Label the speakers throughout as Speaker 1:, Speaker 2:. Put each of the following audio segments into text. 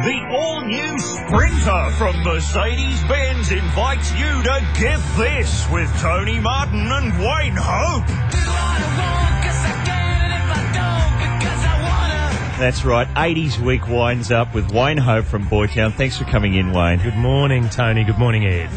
Speaker 1: The all-new Sprinter from Mercedes-Benz invites you to give this with Tony Martin and Wayne Hope. That's right, 80s week winds up with Wayne Hope from Boytown. Thanks for coming in, Wayne.
Speaker 2: Good morning, Tony. Good morning, Ed.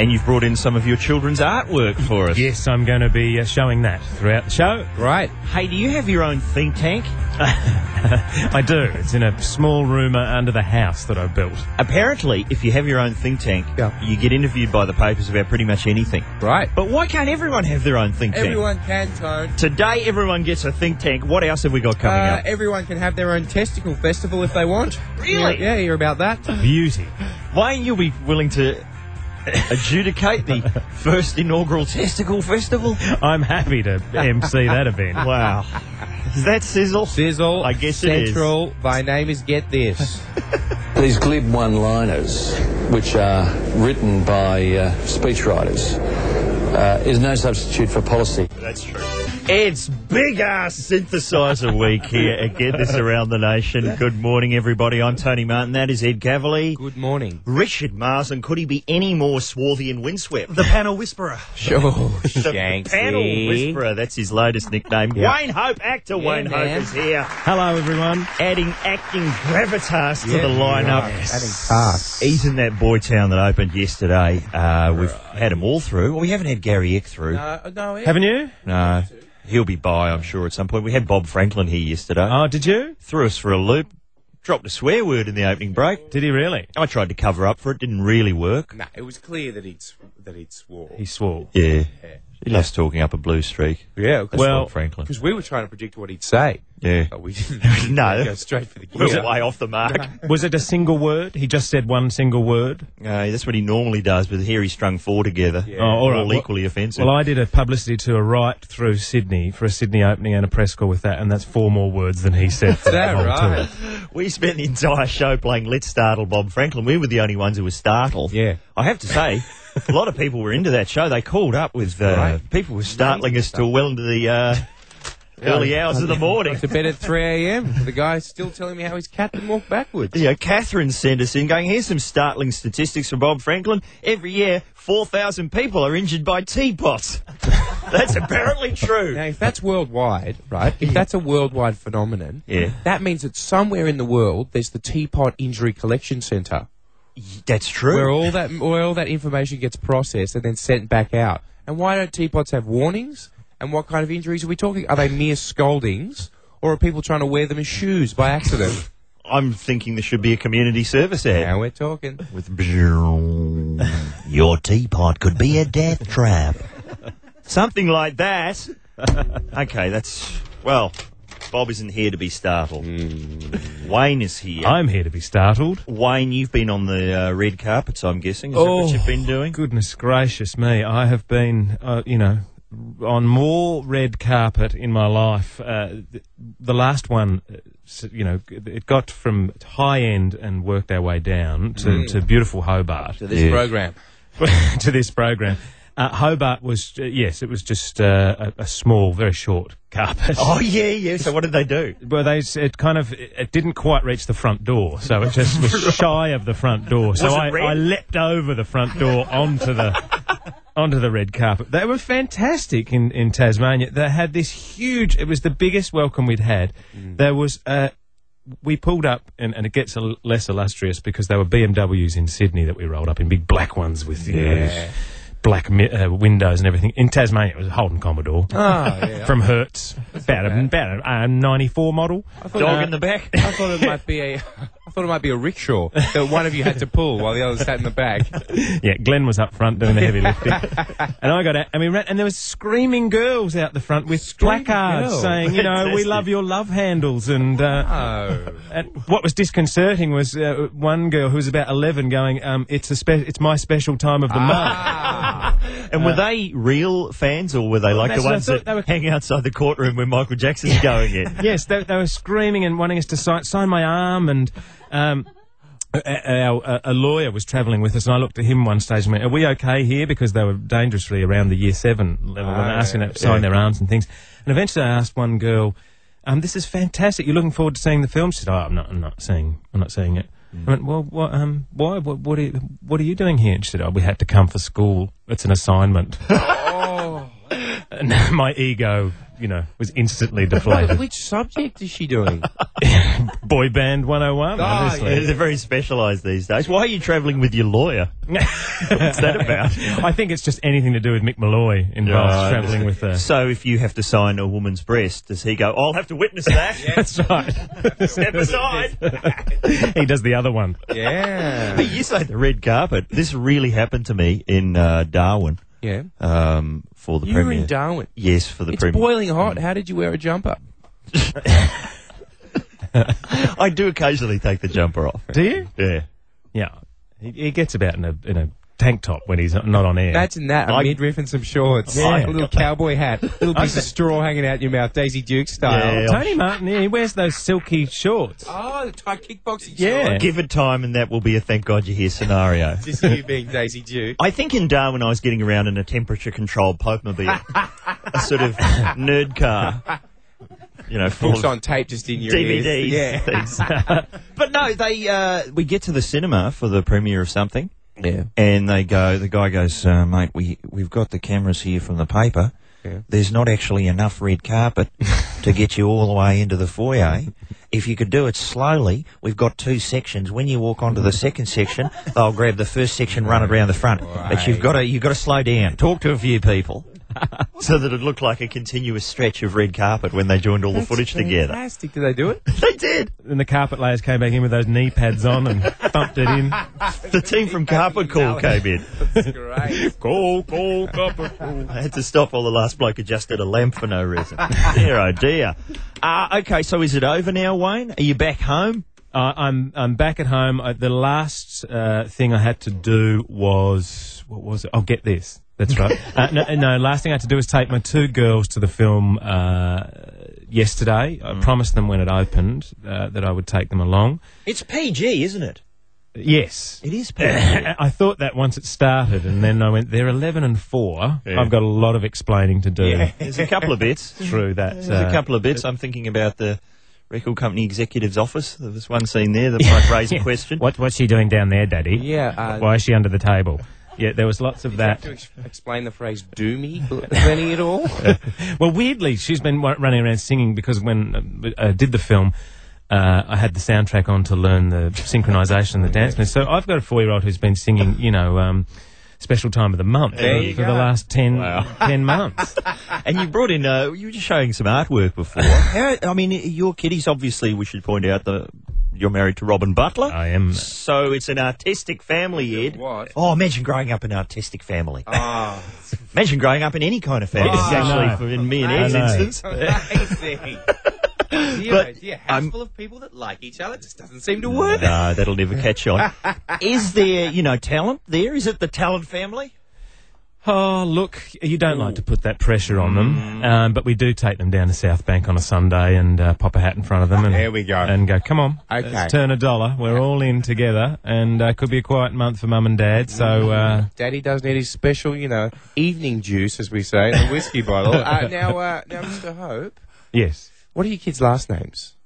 Speaker 1: And you've brought in some of your children's artwork for us.
Speaker 2: Yes, I'm going to be uh, showing that throughout the show.
Speaker 3: Right.
Speaker 1: Hey, do you have your own think tank?
Speaker 2: I do. It's in a small room uh, under the house that I built.
Speaker 1: Apparently, if you have your own think tank,
Speaker 3: Yeah.
Speaker 1: you get interviewed by the papers about pretty much anything.
Speaker 3: Right.
Speaker 1: But why can't everyone have their own think tank?
Speaker 3: Everyone can, Tone.
Speaker 1: Today, everyone gets a think tank. What else have we got coming
Speaker 3: Uh,
Speaker 1: up?
Speaker 3: everyone can have their own testicle festival if they want.
Speaker 1: Really?
Speaker 3: Yeah, yeah you hear about that.
Speaker 2: Beauty.
Speaker 1: Wayne, you'll be willing to adjudicate the first inaugural testicle festival?
Speaker 2: I'm happy to MC that event.
Speaker 1: Wow. Is that sizzle?
Speaker 3: Sizzle.
Speaker 1: I guess it is.
Speaker 3: Central. My name is Get This.
Speaker 4: These glib one liners, which are written by uh, speechwriters, uh, is no substitute for policy.
Speaker 1: That's true. It's big ass synthesizer week here at Get This Around the Nation. Good morning, everybody. I'm Tony Martin. That is Ed Cavalier.
Speaker 3: Good morning.
Speaker 1: Richard Marsden, could he be any more swarthy and windswept? The panel whisperer.
Speaker 3: Sure.
Speaker 1: The
Speaker 3: Shanksy.
Speaker 1: panel whisperer. That's his latest nickname. Wayne Hope, actor Wayne
Speaker 3: man.
Speaker 1: Hope is here,
Speaker 2: Hello, everyone.
Speaker 1: adding acting gravitas to the lineup.
Speaker 3: Ah,
Speaker 1: Eating that boy town that opened yesterday. Uh, we've had them all through. Well, we haven't had Gary Eck through.
Speaker 3: uh, no, it-
Speaker 2: Haven't you?
Speaker 1: No. He'll be by, I'm sure, at some point. We had Bob Franklin here yesterday.
Speaker 2: Oh, did you?
Speaker 1: Threw us for a loop. Dropped a swear word in the opening break.
Speaker 2: Did he really?
Speaker 1: I tried to cover up for it. Didn't really work.
Speaker 3: no, it was clear that he'd, sw- that he'd swore.
Speaker 2: He swore.
Speaker 1: Yeah. He loves talking up a blue streak.
Speaker 3: Yeah,
Speaker 1: That's
Speaker 2: Well-
Speaker 1: Bob Franklin.
Speaker 3: because we were trying to predict what he'd say.
Speaker 1: Yeah.
Speaker 3: But we didn't
Speaker 1: No.
Speaker 3: go straight for the
Speaker 1: We're
Speaker 3: kill.
Speaker 1: way off the mark.
Speaker 2: Was it a single word? He just said one single word?
Speaker 1: Uh, that's what he normally does, but here he's strung four together.
Speaker 2: Oh, all right.
Speaker 1: All
Speaker 2: Well-
Speaker 1: equally offensive.
Speaker 2: Well, I did a publicity tour right through Sydney for a Sydney opening and a press call with that, and that's four more words than he said. for
Speaker 3: Is that
Speaker 2: whole
Speaker 3: right?
Speaker 2: tour.
Speaker 1: we spent the entire show playing Let's Startle Bob Franklin. We were the only ones who were startled.
Speaker 3: Yeah.
Speaker 1: I have to say, a lot of people were into that show. They called up with, uh,
Speaker 3: Right.
Speaker 1: people were startling us till well into the, uh, early hours of the morning.
Speaker 3: To bed at 3 a.m. The guy's still telling me how his cat can walk backwards.
Speaker 1: You know, Catherine sent us in going, here's some startling statistics from Bob Franklin. Every year, 4,000 people are injured by teapots. That's apparently
Speaker 3: Now,
Speaker 1: true.
Speaker 3: if that's worldwide, right? If that's a worldwide phenomenon,
Speaker 1: Yeah.
Speaker 3: that means that somewhere in the world there's the Teapot Injury Collection Centre
Speaker 1: That's true.
Speaker 3: where all that where all that information gets processed and then sent back out. And why don't teapots have warnings? And what kind of injuries are we talking? Are they mere scoldings, or are people trying to wear them as shoes by accident?
Speaker 1: I'm thinking there should be a community service ad.
Speaker 3: now we're talking.
Speaker 1: with your teapot could be a death trap. Something like that. Okay, that's well. Bob isn't here to be startled. Wayne is here.
Speaker 2: I'm here to be startled.
Speaker 1: Wayne, you've been on the uh, red carpet, so I'm guessing. Is that what you've been doing?
Speaker 2: Goodness gracious me! I have been, uh, you know, on more red carpet in my life. Uh, th- the last one, uh, s- you know, it got from high end and worked our way down to, to beautiful Hobart
Speaker 3: To this
Speaker 1: Yeah.
Speaker 3: program.
Speaker 2: to this program. Uh, Hobart was uh, yes, it was just uh, a, a small, very short carpet.
Speaker 1: Oh yeah, yeah. So what did they do?
Speaker 2: Well, they s- it kind of it it didn't quite reach the front door, so it just was shy of the front door. So
Speaker 1: Was it
Speaker 2: I,
Speaker 1: red?
Speaker 2: I leapt over the front door onto the onto the red carpet. They were fantastic in in Tasmania. They had this huge. It was the biggest welcome we'd had. There was uh We pulled up, and, and it gets a l- less illustrious because they were BMWs in Sydney that we rolled up in big black ones with you know, black mi- uh, windows and everything. In Tasmania, it was a Holden Commodore
Speaker 3: Ah, yeah.
Speaker 2: from Hertz, about a, about a uh, 94 model.
Speaker 1: Dog in the back.
Speaker 3: I thought it might be a. I thought it might be a rickshaw that one of you had to pull while the other sat in the back.
Speaker 2: Yeah, Glenn was up front doing the heavy lifting. and I got out, and we ran, and there was screaming girls out the front with placards
Speaker 3: girls.
Speaker 2: saying, you know, we
Speaker 1: Fantastic.
Speaker 2: love your love handles. And, uh,
Speaker 3: Oh,
Speaker 2: and what was disconcerting was uh, one girl who was about 11 going, um, it's, a spe- it's my special time
Speaker 3: Ah.
Speaker 2: of the
Speaker 1: And were they real fans, or were they like the
Speaker 2: that's what I
Speaker 1: ones
Speaker 2: thought.
Speaker 1: that
Speaker 2: They were-
Speaker 1: hang outside the courtroom where Michael Jackson's going in?
Speaker 2: month. yes, they, they were screaming and wanting us to sign, sign my arm and... Um, a- a- our, a- a lawyer was travelling with us, and I looked at him one stage and went, Are we okay here? Because they were dangerously around the year seven level and asking them to sign their arms and things. And eventually I asked one girl, um, this is fantastic. You're looking forward to seeing the film. She said, oh, I'm not, I'm not seeing, I'm not seeing it. I went, well, what, um, why, what, what are, you, what are you doing here? And she said, oh, we had to come for school. It's an assignment. And my ego, you know, was instantly deflated.
Speaker 3: Which subject is she doing?
Speaker 2: Boy band 101, obviously.
Speaker 1: They're very specialised these days. Why are you travelling with your lawyer? What's that about?
Speaker 2: I think it's just anything to do with Mick Malloy involves
Speaker 1: Right.
Speaker 2: travelling with the.
Speaker 1: Uh, So if you have to sign a woman's breast, does he go, I'll have to witness that?
Speaker 2: That's right.
Speaker 1: Step aside.
Speaker 2: he does the other one.
Speaker 3: yeah.
Speaker 1: But you say the red carpet. This really happened to me in uh, Darwin
Speaker 3: Yeah.
Speaker 1: um, for the
Speaker 3: You were
Speaker 1: premiere.
Speaker 3: in Darwin.
Speaker 1: Yes, for the
Speaker 3: It's
Speaker 1: premiere.
Speaker 3: boiling hot.
Speaker 1: Mm.
Speaker 3: How did you wear a jumper?
Speaker 1: I do occasionally take the jumper off.
Speaker 2: Do you?
Speaker 1: Yeah.
Speaker 2: Yeah. He, he gets about in a, in a tank top when he's not on air.
Speaker 3: Imagine that, a
Speaker 1: I-
Speaker 3: midriff and some shorts.
Speaker 1: Yeah.
Speaker 3: A little cowboy hat. Little piece of straw hanging out your mouth, Daisy Duke style.
Speaker 1: Yeah.
Speaker 2: Tony Martin, yeah, he wears those silky shorts.
Speaker 3: Oh, the tight kickboxing
Speaker 2: Yeah.
Speaker 1: Give it time and that will be a thank God you're here scenario.
Speaker 3: Just you being Daisy Duke.
Speaker 1: I think in Darwin I was getting around in a temperature controlled Popemobile. a sort of nerd car. You know, full
Speaker 3: Books
Speaker 1: of
Speaker 3: on tape just in your
Speaker 1: DVDs.
Speaker 3: ears. Yeah.
Speaker 1: Things. but no, they uh, we get to the cinema for the premiere of something.
Speaker 3: Yeah.
Speaker 1: and they go, the guy goes, uh, mate, we, we've got the cameras here from the paper.
Speaker 3: Yeah.
Speaker 1: There's not actually enough red carpet to get you all the way into the foyer. If you could do it slowly, we've got two sections. When you walk onto the second section, they'll grab the first section, run it around the front. But you've got to you've got to slow down. Talk to a few people, so that it looked like a continuous stretch of red carpet when they joined all the footage together.
Speaker 3: Fantastic. Did they do it?
Speaker 1: They did.
Speaker 2: And the carpet layers came back in with those knee pads on and thumped it in.
Speaker 1: The team from Carpet Call came in.
Speaker 3: That's great.
Speaker 1: Call, call, copper, call. I had to stop while the last bloke adjusted a lamp for no reason. dear, oh dear. Uh, okay, so is it over now, Wayne? Are you back home?
Speaker 2: Uh, I'm I'm back at home. I, the last uh, thing I had to do was what was it? Oh, get this. That's right. uh, no, no, last thing I had to do was take my two girls to the film uh, yesterday.
Speaker 1: Mm.
Speaker 2: I promised them when it opened uh, that I would take them along.
Speaker 1: It's PG, isn't it?
Speaker 2: Yes.
Speaker 1: It is PG.
Speaker 2: I thought that once it started, and then I went, they're 11 and 4.
Speaker 1: Yeah.
Speaker 2: I've got a lot of explaining to do
Speaker 1: There's a couple of bits.
Speaker 2: through that.
Speaker 1: There's
Speaker 2: uh,
Speaker 1: a couple of bits. I'm thinking about the record company executive's office. There was one scene there that might raise a question.
Speaker 2: What, what's she doing down there, Daddy?
Speaker 3: Yeah, uh,
Speaker 2: Why is she under the table? Yeah, there was lots of that.
Speaker 3: to ex- explain the phrase "do me" plenty at all.
Speaker 2: Well, weirdly, she's been wa- running around singing because when uh, I did the film, uh, I had the soundtrack on to learn the synchronization and the dance moves. So I've got a four year old who's been singing, you know, um, Special Time of the Month
Speaker 3: There
Speaker 2: for,
Speaker 3: you
Speaker 2: for the
Speaker 3: go.
Speaker 2: last 10, 10 months.
Speaker 1: And you brought in, uh, you were just showing some artwork before. How, I mean, your kiddies, obviously, we should point out that you're married to Robin Butler.
Speaker 2: I am.
Speaker 1: So it's an artistic family, Ed.
Speaker 3: was.
Speaker 1: Oh, imagine growing up in an artistic family.
Speaker 3: Ah,
Speaker 1: Imagine growing up in any kind of family.
Speaker 2: Yes, I
Speaker 1: actually,
Speaker 2: know.
Speaker 1: for- in me and
Speaker 2: I
Speaker 1: Ed's
Speaker 2: know.
Speaker 1: instance.
Speaker 3: amazing.
Speaker 1: But,
Speaker 3: yeah,
Speaker 1: I'm-
Speaker 3: house full of people that like each other just doesn't seem to work.
Speaker 1: No, that'll never catch on. Is there, you know, talent there? Is it the talent family?
Speaker 2: Oh, look, you don't like to put that pressure on them, um, but we do take them down to South Bank on a Sunday and uh, pop a hat in front of them. And,
Speaker 3: There we go.
Speaker 2: And go, come on,
Speaker 3: Okay.
Speaker 2: let's turn a dollar. We're all in together, and uh, could be a quiet month for mum and dad. So, uh,
Speaker 3: Daddy does need his special, you know, evening juice, as we say, in the whiskey bottle. Uh, now, uh, now, Mr. Hope,
Speaker 2: yes.
Speaker 3: what are your kids' last names?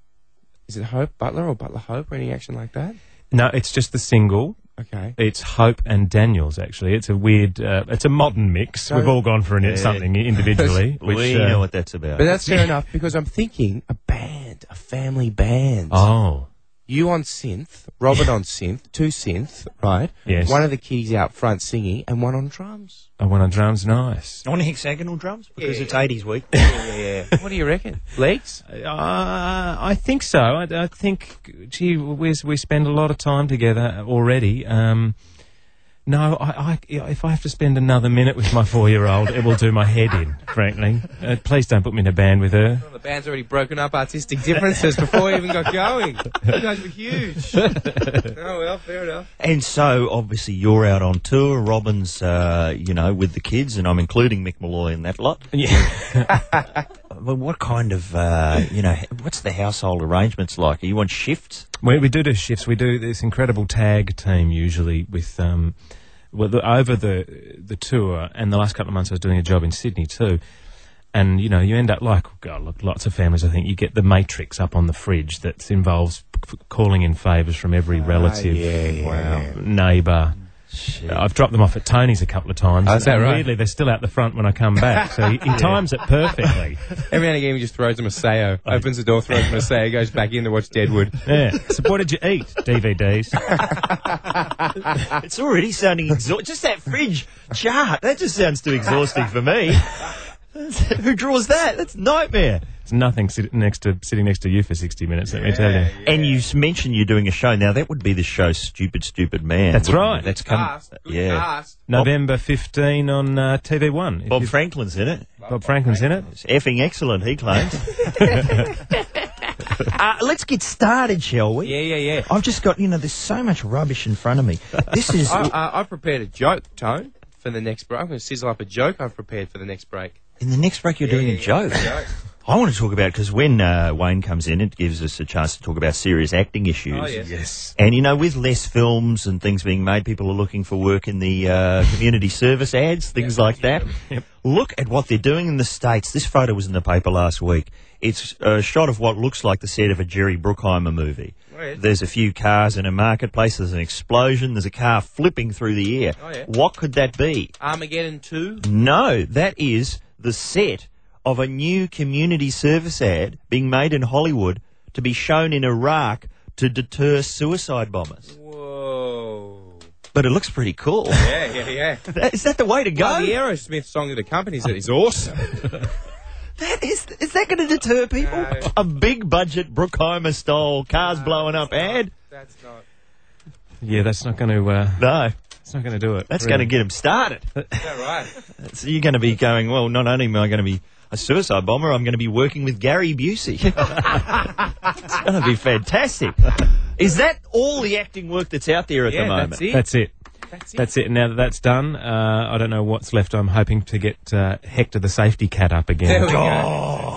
Speaker 3: Is it Hope Butler or Butler Hope or any action like that?
Speaker 2: No, it's just the single.
Speaker 3: Okay.
Speaker 2: It's Hope and Daniels, actually. It's a weird, uh, it's a modern mix. We've all gone for an, something individually. which,
Speaker 1: we
Speaker 2: uh,
Speaker 1: know what that's about.
Speaker 3: But that's fair enough because I'm thinking a band, a family band.
Speaker 1: Uh-huh.
Speaker 2: Oh.
Speaker 3: You on synth, Robert on synth, two synth, right?
Speaker 2: Yes.
Speaker 3: One of the kiddies out front singing and one on drums.
Speaker 2: oh, I went on drums, nice.
Speaker 1: on hexagonal drums? Because
Speaker 3: Yeah.
Speaker 1: it's 80s week.
Speaker 3: Yeah. what do you reckon? Legs?
Speaker 2: Uh, I think so. I, I think, gee, we we spend a lot of time together already. Um, no, I, I, if I have to spend another minute with my four-year-old, it will do my head in. Frankly, uh, please don't put me in a band with her.
Speaker 3: The band's already broken up artistic differences before we even got going. You guys were huge. oh well, fair enough.
Speaker 1: And so, obviously, you're out on tour. Robin's, uh, you know, with the kids, and I'm including Mick Malloy in that lot.
Speaker 2: Yeah.
Speaker 1: But what kind of, uh, you know, what's the household arrangements like? Are you on shifts?
Speaker 2: we, we do do shifts. We do this incredible tag team usually with. Um, well, the, over the the tour and the last couple of months, I was doing a job in Sydney too. And you know, you end up like, God, look, lots of families. I think you get the matrix up on the fridge that involves f- calling in favours from every relative, uh, neighbour. I've dropped them off at Tony's a couple of times.
Speaker 3: Oh, is
Speaker 2: and
Speaker 3: that right?
Speaker 2: Weirdly, they're still out the front when I come back, so he, he times it perfectly.
Speaker 3: Every now and again, he just throws him a sayo. Opens the door, throws him a sayo, goes back in to watch Deadwood.
Speaker 2: Yeah. So what did you eat? DVDs.
Speaker 1: It's already sounding exhausting. just that fridge chart. That just sounds too exhausting for me. Who draws that? That's a nightmare.
Speaker 2: It's nothing sit next to sitting next to you for sixty minutes. Let me tell you.
Speaker 1: And you s- mentioned you're doing a show now. That would be the show Stupid Stupid Man.
Speaker 2: That's
Speaker 1: wouldn't
Speaker 2: right.
Speaker 1: it? That's come. yeah.
Speaker 2: November fifteen on uh, TV One. If
Speaker 1: Bob
Speaker 2: you-
Speaker 1: Franklin's in it.
Speaker 2: Bob Franklin's in it.
Speaker 1: It's effing excellent, he claims. uh, let's get started, shall we?
Speaker 3: Yeah, yeah, yeah.
Speaker 1: I've just got, you know, there's so much rubbish in front of me. This is.
Speaker 3: I, I, I've prepared a joke, Tone, for the next break. I'm going to sizzle up a joke I've prepared for the next break.
Speaker 1: in the next break, you're doing a joke. I want to talk about because when uh, Wayne comes in, it gives us a chance to talk about serious acting issues.
Speaker 3: Oh, yes.
Speaker 1: And you know, with less films and things being made, people are looking for work in the uh, community service ads, things like that. Look at what they're doing in the states. This photo was in the paper last week. It's a shot of what looks like the set of a Jerry Bruckheimer movie.
Speaker 3: Oh, yes.
Speaker 1: There's a few cars in a marketplace. There's an explosion. There's a car flipping through the air.
Speaker 3: Oh, yeah.
Speaker 1: What could that be?
Speaker 3: Armageddon 2.
Speaker 1: No, that is the set of a new community service ad being made in Hollywood to be shown in Iraq to deter suicide bombers.
Speaker 3: Whoa.
Speaker 1: But it looks pretty cool.
Speaker 3: Yeah, yeah, yeah.
Speaker 1: That- Is that the way to go?
Speaker 3: the Aerosmith song that accompanies it is awesome.
Speaker 1: That is, is that going to deter people?
Speaker 3: No.
Speaker 1: A big budget Brookheimer style cars blowing up ad?
Speaker 3: That's not.
Speaker 2: Yeah, that's not going to. Uh,
Speaker 1: No,
Speaker 2: that's not going to do it.
Speaker 1: that's
Speaker 2: really.
Speaker 1: going to get them started.
Speaker 3: Is that right?
Speaker 1: So you're going to be going, well, not only am I going to be a suicide bomber, I'm going to be working with Gary Busey. it's going to be fantastic. Is that all the acting work that's out there at
Speaker 3: Yeah,
Speaker 1: the moment?
Speaker 3: that's it.
Speaker 2: That's it.
Speaker 3: That's it.
Speaker 2: That's it. Now that that's done, uh, I don't know what's left. I'm hoping to get uh, Hector the safety cat up
Speaker 3: There
Speaker 2: again
Speaker 3: we go.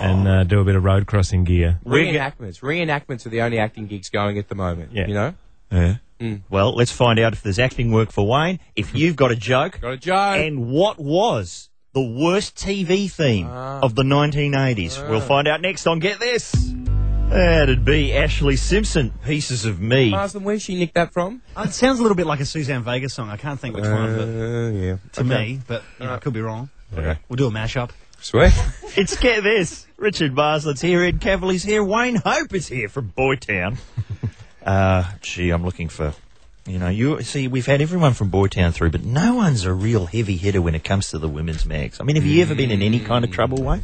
Speaker 2: and uh, do a bit of road crossing gear.
Speaker 1: We're go-
Speaker 3: Reenactments. Reenactments are the only acting gigs going at the moment.
Speaker 2: Yeah.
Speaker 3: You know?
Speaker 1: Well, let's find out if there's acting work for Wayne, if you've got a joke,
Speaker 3: Got a joke.
Speaker 1: and what was the worst TV theme
Speaker 5: Ah.
Speaker 1: of the 1980s. We'll find out next on Get This. That'd be Ashley Simpson, Pieces of Me.
Speaker 3: Marsden, where's she nicked that from?
Speaker 5: Uh, Ah, It sounds a little bit like a Suzanne Vega song. I can't think which one,
Speaker 1: Uh,
Speaker 5: but
Speaker 2: Uh,
Speaker 3: yeah.
Speaker 5: to me, but you know, I could be wrong.
Speaker 3: Okay.
Speaker 5: We'll do a mashup.
Speaker 3: Sweet.
Speaker 1: It's Get This. Richard Marsland's here, Ed Cavalier's here, Wayne Hope is here from Boytown. uh, gee, I'm looking for, you know, you see, we've had everyone from Boytown through, but no one's a real heavy hitter when it comes to the women's mags. I mean, have you ever been in any kind of trouble, Wayne?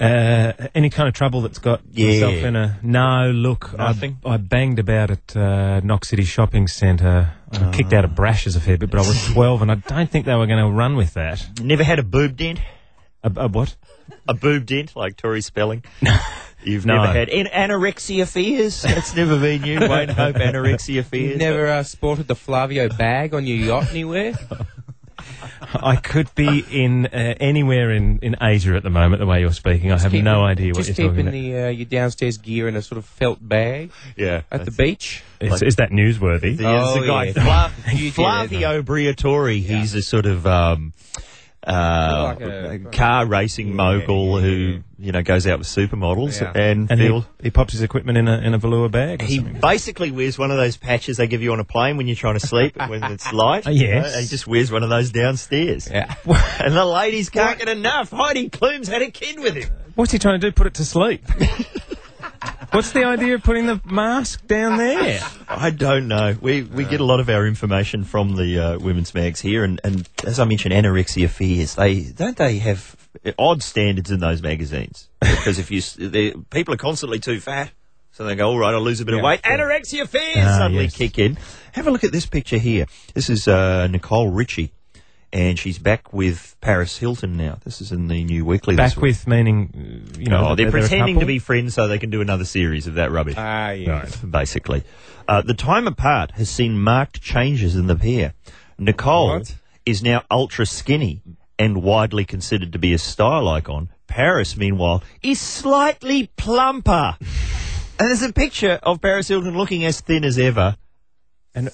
Speaker 2: Uh, any kind of trouble that's got
Speaker 1: Yeah.
Speaker 2: yourself in a no look.
Speaker 1: Nothing?
Speaker 2: I, I banged about at uh, Knox City Shopping Centre. I kicked out of brashes a fair bit, but I was 12, and I don't think they were going to run with that.
Speaker 1: Never had a boob dent?
Speaker 2: A, a what?
Speaker 1: A boob dent, like Tori Spelling? You've
Speaker 2: No.
Speaker 1: never had an- anorexia fears? That's never been you, Wayne Hope, anorexia fears.
Speaker 3: Never uh, sported the Flavio bag on your yacht anywhere?
Speaker 2: I could be in uh, anywhere in, in Asia at the moment. The way you're speaking, I have
Speaker 3: Keep-
Speaker 2: no idea what
Speaker 3: just
Speaker 2: you're talking
Speaker 3: keeping
Speaker 2: about.
Speaker 3: the, uh, your downstairs gear in a sort of felt bag
Speaker 1: Yeah.
Speaker 3: at the beach.
Speaker 2: Is, is that newsworthy?
Speaker 1: Yeah, there's a
Speaker 3: Oh,
Speaker 1: guy,
Speaker 3: yeah.
Speaker 1: Fla-
Speaker 3: You did it.
Speaker 1: Flavio Briatore. He's a sort of um, uh,
Speaker 3: Like a-
Speaker 1: car racing mogul who you know goes out with supermodels
Speaker 3: Yeah.
Speaker 1: and,
Speaker 2: and he,
Speaker 1: he'll-
Speaker 2: he pops his equipment in a in a velour bag. Or
Speaker 1: he
Speaker 2: something.
Speaker 1: basically wears one of those patches they give you on a plane when you're trying to sleep when it's light.
Speaker 2: Oh,
Speaker 1: you know,
Speaker 2: yes.
Speaker 1: and he just wears one of those downstairs.
Speaker 3: Yeah.
Speaker 1: and the ladies can't get enough. Heidi Klum's had a kid with him.
Speaker 2: What's he trying to do? Put it to sleep. What's the idea of putting the mask down there?
Speaker 1: I don't know. We we get a lot of our information from the uh, women's mags here, and, and as I mentioned, anorexia fears. They don't they have odd standards in those magazines because if you s- they- people are constantly too fat, so they go, all right, I'll lose a bit of weight. Anorexia fears
Speaker 2: Ah,
Speaker 1: suddenly
Speaker 2: yes.
Speaker 1: kick in. Have a look at this picture here. This is uh, Nicole Ritchie, and she's back with Paris Hilton now. This is in the New Weekly. this
Speaker 2: Back
Speaker 1: week.
Speaker 2: with meaning, uh, you know,
Speaker 1: Oh,
Speaker 2: that
Speaker 1: they're,
Speaker 2: a
Speaker 1: pretending to
Speaker 2: couple?
Speaker 1: be friends so they can do another series of that rubbish
Speaker 3: Ah, yeah.
Speaker 1: basically. Uh, the time apart has seen marked changes in the pair. Nicole is
Speaker 3: What?
Speaker 1: now ultra skinny and widely considered to be a style icon. Paris, meanwhile, is slightly plumper. and there's a picture of Paris Hilton looking as thin as ever.
Speaker 2: And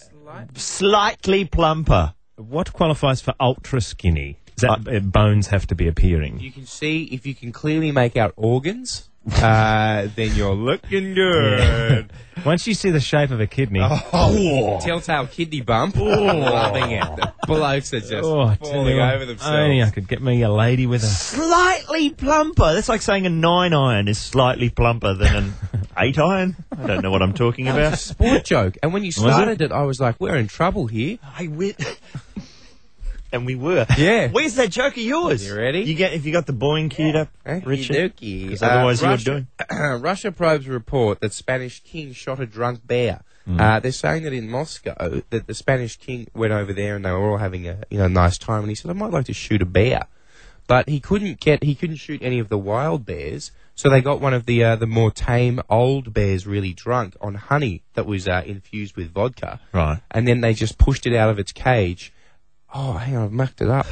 Speaker 1: Slightly plumper.
Speaker 2: what qualifies for ultra skinny? Is that uh, bones have to be appearing?
Speaker 3: You can see if you can clearly make out organs, uh, then you're looking good.
Speaker 2: Once you see the shape of a kidney,
Speaker 3: Telltale kidney bump. Loving it. The blokes are just
Speaker 2: oh, I tell
Speaker 3: falling
Speaker 2: you what,
Speaker 3: over themselves.
Speaker 2: Only I could get me a lady with a.
Speaker 1: Slightly plumper. That's like saying a nine iron is slightly plumper than an eight iron. I don't know what I'm talking about.
Speaker 3: Sport joke. And when you started it? I was like, we're in trouble here.
Speaker 1: I win. and we were.
Speaker 3: Yeah.
Speaker 1: Where's that joke of yours?
Speaker 3: You ready?
Speaker 1: You get if you got the Boeing queued up,
Speaker 3: Eh?
Speaker 1: Richard.
Speaker 3: Okey-dokey.
Speaker 1: 'Cause otherwise
Speaker 3: Uh,
Speaker 1: you're
Speaker 3: Russia- Russia probes report that Spanish king shot a drunk bear.
Speaker 1: Mm.
Speaker 3: Uh, they're saying that in Moscow, that the Spanish king went over there and they were all having a you know nice time, and he said, "I might like to shoot a bear," but he couldn't get he couldn't shoot any of the wild bears, so they got one of the uh, the more tame old bears really drunk on honey that was uh, infused with vodka,
Speaker 1: Right.
Speaker 3: and then they just pushed it out of its cage. Oh, hang on, I've mucked it up.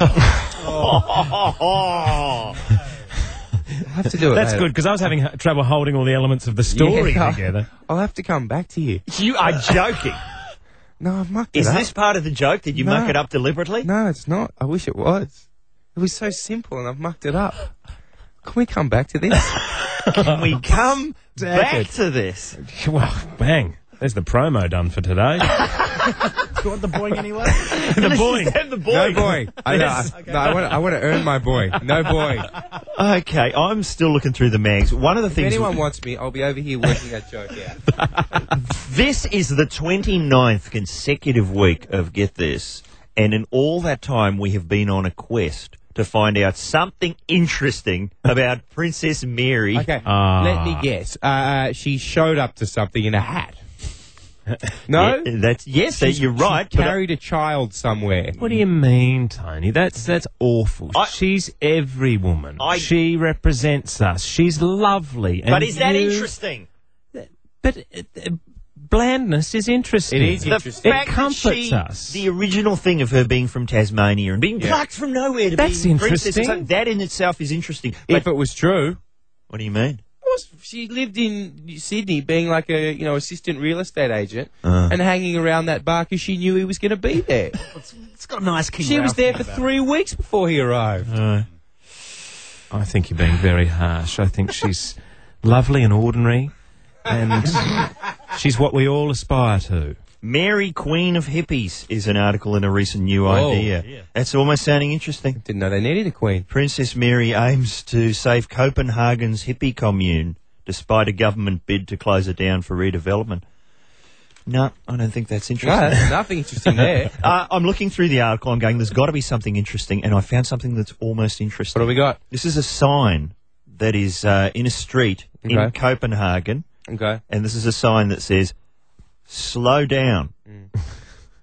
Speaker 1: Oh,
Speaker 3: I have to do it.
Speaker 2: That's
Speaker 3: later.
Speaker 2: good because I was having h- trouble holding all the elements of the story
Speaker 3: Yeah.
Speaker 2: together.
Speaker 3: I'll have to come back to you.
Speaker 1: you are joking.
Speaker 3: No, I've mucked
Speaker 1: Is
Speaker 3: it up.
Speaker 1: this part of the joke? Did you
Speaker 3: No.
Speaker 1: muck it up deliberately?
Speaker 3: No, it's not. I wish it was. It was so simple and I've mucked it up. Can we come back to this?
Speaker 1: Can we come back
Speaker 2: it.
Speaker 1: to this?
Speaker 2: Well, bang. There's the promo done for today.
Speaker 5: Got the boy anyway.
Speaker 2: the boy.
Speaker 1: And the boy.
Speaker 3: No boy. I, no, I, no, I, want, I want to earn my boy. No boy.
Speaker 1: Okay, I'm still looking through the mags. One of the
Speaker 3: If
Speaker 1: things.
Speaker 3: anyone wants me, I'll be over here working that joke out.
Speaker 1: This is the 29th consecutive week of Get This, and in all that time, we have been on a quest to find out something interesting about Princess Mary. Uh,
Speaker 3: Okay,
Speaker 2: Ah.
Speaker 3: let me guess. Uh, she showed up to something in a hat. No?
Speaker 1: Yeah, that's yes, that- you're right.
Speaker 3: She
Speaker 1: but I-
Speaker 3: carried a child somewhere.
Speaker 2: What do you mean, Tony? That's that's awful.
Speaker 1: I-
Speaker 2: She's every woman.
Speaker 1: I-
Speaker 2: she represents us. She's lovely.
Speaker 1: but
Speaker 2: and
Speaker 1: is that
Speaker 2: you-
Speaker 1: interesting?
Speaker 2: But uh, uh, blandness is interesting.
Speaker 3: It is
Speaker 1: The
Speaker 3: Interesting.
Speaker 2: It
Speaker 1: fact that
Speaker 2: comforts
Speaker 1: she,
Speaker 2: us.
Speaker 1: the original thing of her being from Tasmania and being
Speaker 3: Yeah.
Speaker 1: plucked from nowhere to
Speaker 2: That's
Speaker 1: be princess, and
Speaker 2: interesting.
Speaker 1: so- that in itself is interesting.
Speaker 3: If
Speaker 1: But
Speaker 3: it was true.
Speaker 1: what do you mean?
Speaker 3: course, she lived in Sydney, being like a you know assistant real estate agent, and hanging around that bar because she knew he was going to be there.
Speaker 5: It's got a nice king.
Speaker 3: she was
Speaker 5: Ralph
Speaker 3: there
Speaker 5: thing
Speaker 3: for
Speaker 5: about
Speaker 3: three weeks before he arrived.
Speaker 2: I think you're being very harsh. I think she's lovely and ordinary, and she's what we all aspire to.
Speaker 1: Mary, Queen of Hippies, is an article in a recent new
Speaker 3: Oh,
Speaker 1: idea. That's almost sounding interesting.
Speaker 3: Didn't know they needed a queen.
Speaker 1: Princess Mary aims to save Copenhagen's hippie commune despite a government bid to close it down for redevelopment. No, I don't think that's
Speaker 3: No,
Speaker 1: interesting.
Speaker 3: there's nothing interesting there.
Speaker 1: Uh, I'm looking through the article. I'm going, there's got to be something interesting, and I found something that's almost
Speaker 3: What
Speaker 1: interesting.
Speaker 3: have we got?
Speaker 1: This is a sign that is uh, in a street in
Speaker 3: Okay.
Speaker 1: Copenhagen,
Speaker 3: Okay.
Speaker 1: and this is a sign that says, slow down.
Speaker 2: Mm.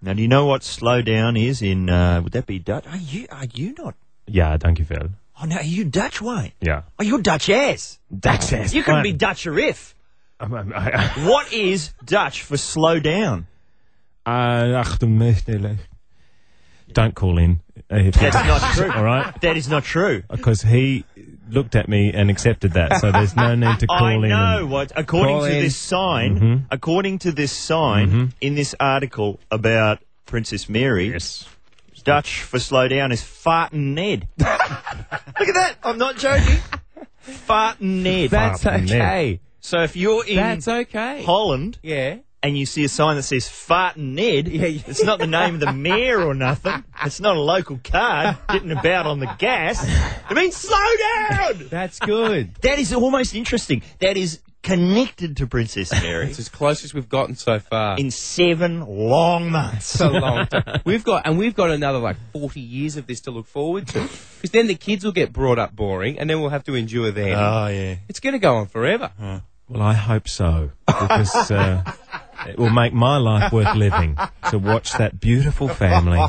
Speaker 1: Now, do you know what slow down is in, uh, would that be Dutch? Are you, are you not?
Speaker 2: Yeah, dankjewel.
Speaker 1: Oh, no, are you Dutch, Wayne?
Speaker 2: Yeah.
Speaker 1: Oh, you're Dutch ass.
Speaker 2: That's it.
Speaker 1: You can be Dutch or if.
Speaker 2: Um, um, I-
Speaker 1: What is Dutch for slow down?
Speaker 2: I- ach, de meestele. Don't call in. If
Speaker 1: That's not true.
Speaker 2: all right,
Speaker 1: That is not true.
Speaker 2: because he looked at me and accepted that, so there's no need to call
Speaker 1: I
Speaker 2: in.
Speaker 1: know
Speaker 2: and- Mm-hmm.
Speaker 1: what. According
Speaker 3: Call
Speaker 1: to
Speaker 3: in.
Speaker 1: this sign, according to this sign in this article about Princess Mary,
Speaker 2: Yes.
Speaker 1: Dutch for slow down is fartin' Ned. Look at that. I'm not joking. Fartin' Ned.
Speaker 3: That's
Speaker 2: Fucking
Speaker 3: okay.
Speaker 1: so if you're in
Speaker 3: That's okay.
Speaker 1: Holland
Speaker 3: Yeah.
Speaker 1: and you see a sign that says fartin' Ned,
Speaker 3: Yeah, yeah.
Speaker 1: it's not the name of the mayor or nothing. It's not a local card getting about on the gas. It means slow down.
Speaker 3: That's good.
Speaker 1: That is almost interesting. That is connected to Princess Mary
Speaker 3: it's as close as we've gotten so far.
Speaker 1: in seven long months.
Speaker 3: so long. time. We've got and we've got another like forty years of this to look forward to, because then the kids will get brought up boring, and then we'll have to endure them.
Speaker 1: Oh, yeah.
Speaker 3: it's going to go on forever.
Speaker 1: Oh.
Speaker 2: Well, I hope so because uh, it will make my life worth living to watch that beautiful family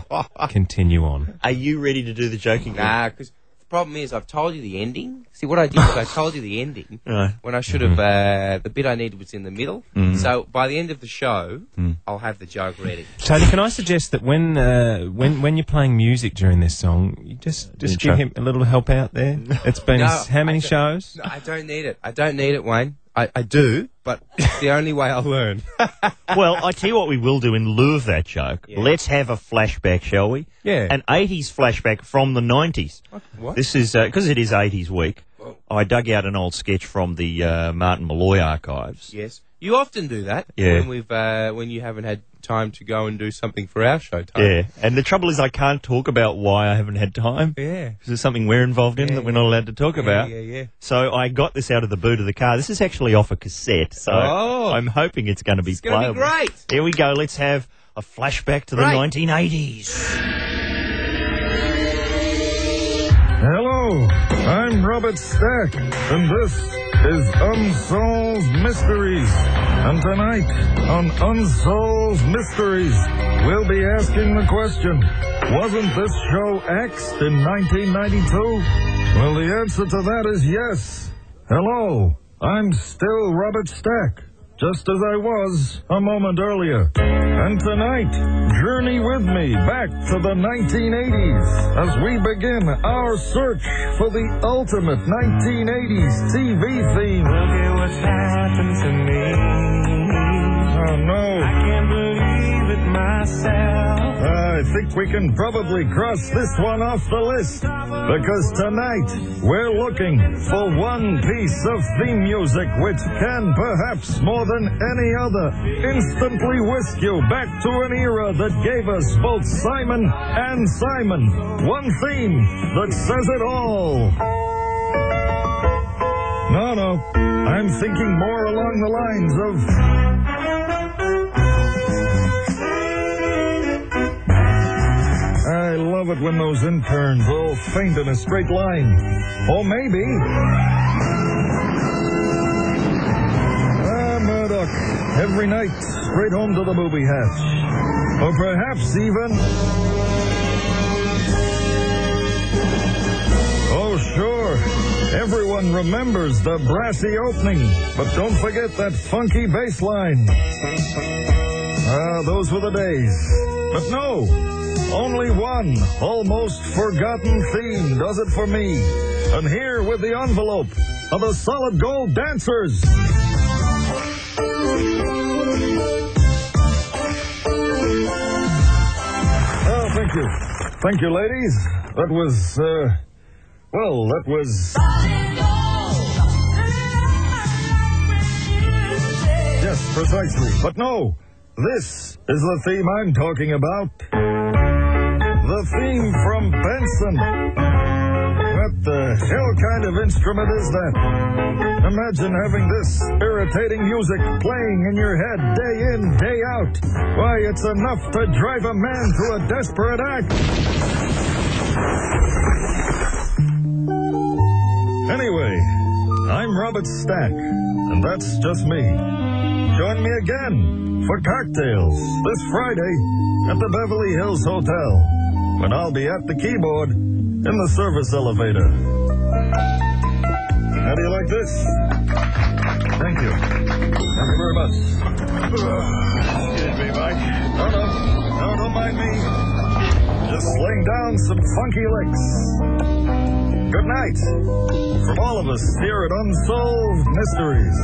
Speaker 2: continue on.
Speaker 1: Are you ready to do the joking?
Speaker 3: Nah, because the problem is I've told you the ending. See, what I did was I told you the ending
Speaker 1: Right. Mm-hmm.
Speaker 3: when I should have. Uh, the bit I needed was in the middle. So by the end of the show,
Speaker 1: Mm.
Speaker 3: I'll have the joke ready.
Speaker 2: Tony, can I suggest that when uh, when when you're playing music during this song, you just just
Speaker 1: Intro.
Speaker 2: give him a little help out there. It's been
Speaker 3: No,
Speaker 2: s- how many
Speaker 3: I
Speaker 2: shows?
Speaker 3: No, I don't need it. I don't need it, Wayne. I, I do, but it's the only way I'll learn.
Speaker 1: well, I tell you what we will do in lieu of that joke. Let's have a flashback, shall we?
Speaker 3: Yeah.
Speaker 1: An 80s flashback from the 90s.
Speaker 3: What?
Speaker 1: This is, because it is 80s week, I dug out an old sketch from the uh, Martin Malloy archives.
Speaker 3: Yes, you often do that.
Speaker 1: Yeah.
Speaker 3: When we've uh, when you haven't had time to go and do something for our show time.
Speaker 1: Yeah. And the trouble is I can't talk about why I haven't had time.
Speaker 3: Yeah.
Speaker 1: Because there's something we're involved in
Speaker 3: Yeah,
Speaker 1: that we're not allowed to talk
Speaker 3: Yeah,
Speaker 1: about.
Speaker 3: yeah, yeah.
Speaker 1: So I got this out of the boot of the car. This is actually off a cassette, so
Speaker 3: Oh.
Speaker 1: I'm hoping it's going to be it's
Speaker 3: gonna be great.
Speaker 1: Here we go. Let's have a flashback to the
Speaker 3: Right.
Speaker 1: 1980s.
Speaker 6: Hello, I'm Robert Stack, and this is Unsolved Mysteries. And tonight, on Unsolved Mysteries, we'll be asking the question, wasn't this show axed in 1992? Well, the answer to that is yes. Hello, I'm still Robert Stack, just as I was a moment earlier. And tonight, journey with me back to the 1980s as we begin our search for the ultimate 1980s TV theme. Look at what's happened to me. Oh no. I can't believe it myself. I think we can probably cross this one off the list because tonight we're looking for one piece of theme music which can perhaps more than any other instantly whisk you back to an era that gave us both Simon and Simon. One theme that says it all. No, no. I'm thinking more along the lines of I love it when those interns all faint in a straight line. Or maybe. Ah, Murdoch. Every night, straight home to the movie hatch. Or perhaps even. Oh, sure. Everyone remembers the brassy opening, but don't forget that funky bass line. Ah, those were the days. But no, only one almost forgotten theme does it for me. And here with the envelope are the solid gold dancers. Oh, thank you. Thank you, ladies. That was, uh, well, that was. Yes, precisely. But no, this is the theme I'm talking about. The theme from Benson. What the hell kind of instrument is that? Imagine having this irritating music playing in your head day in, day out. Why, it's enough to drive a man to a desperate act. Anyway, I'm Robert Stack, and that's just me. Join me again for cocktails this Friday at the Beverly Hills Hotel when I'll be at the keyboard in the service elevator. How do you like this? Thank you. Thank you very much. Excuse me, Mike. No, no. No, don't mind me. Just laying down some funky licks. Good night from all of us here at Unsolved Mysteries.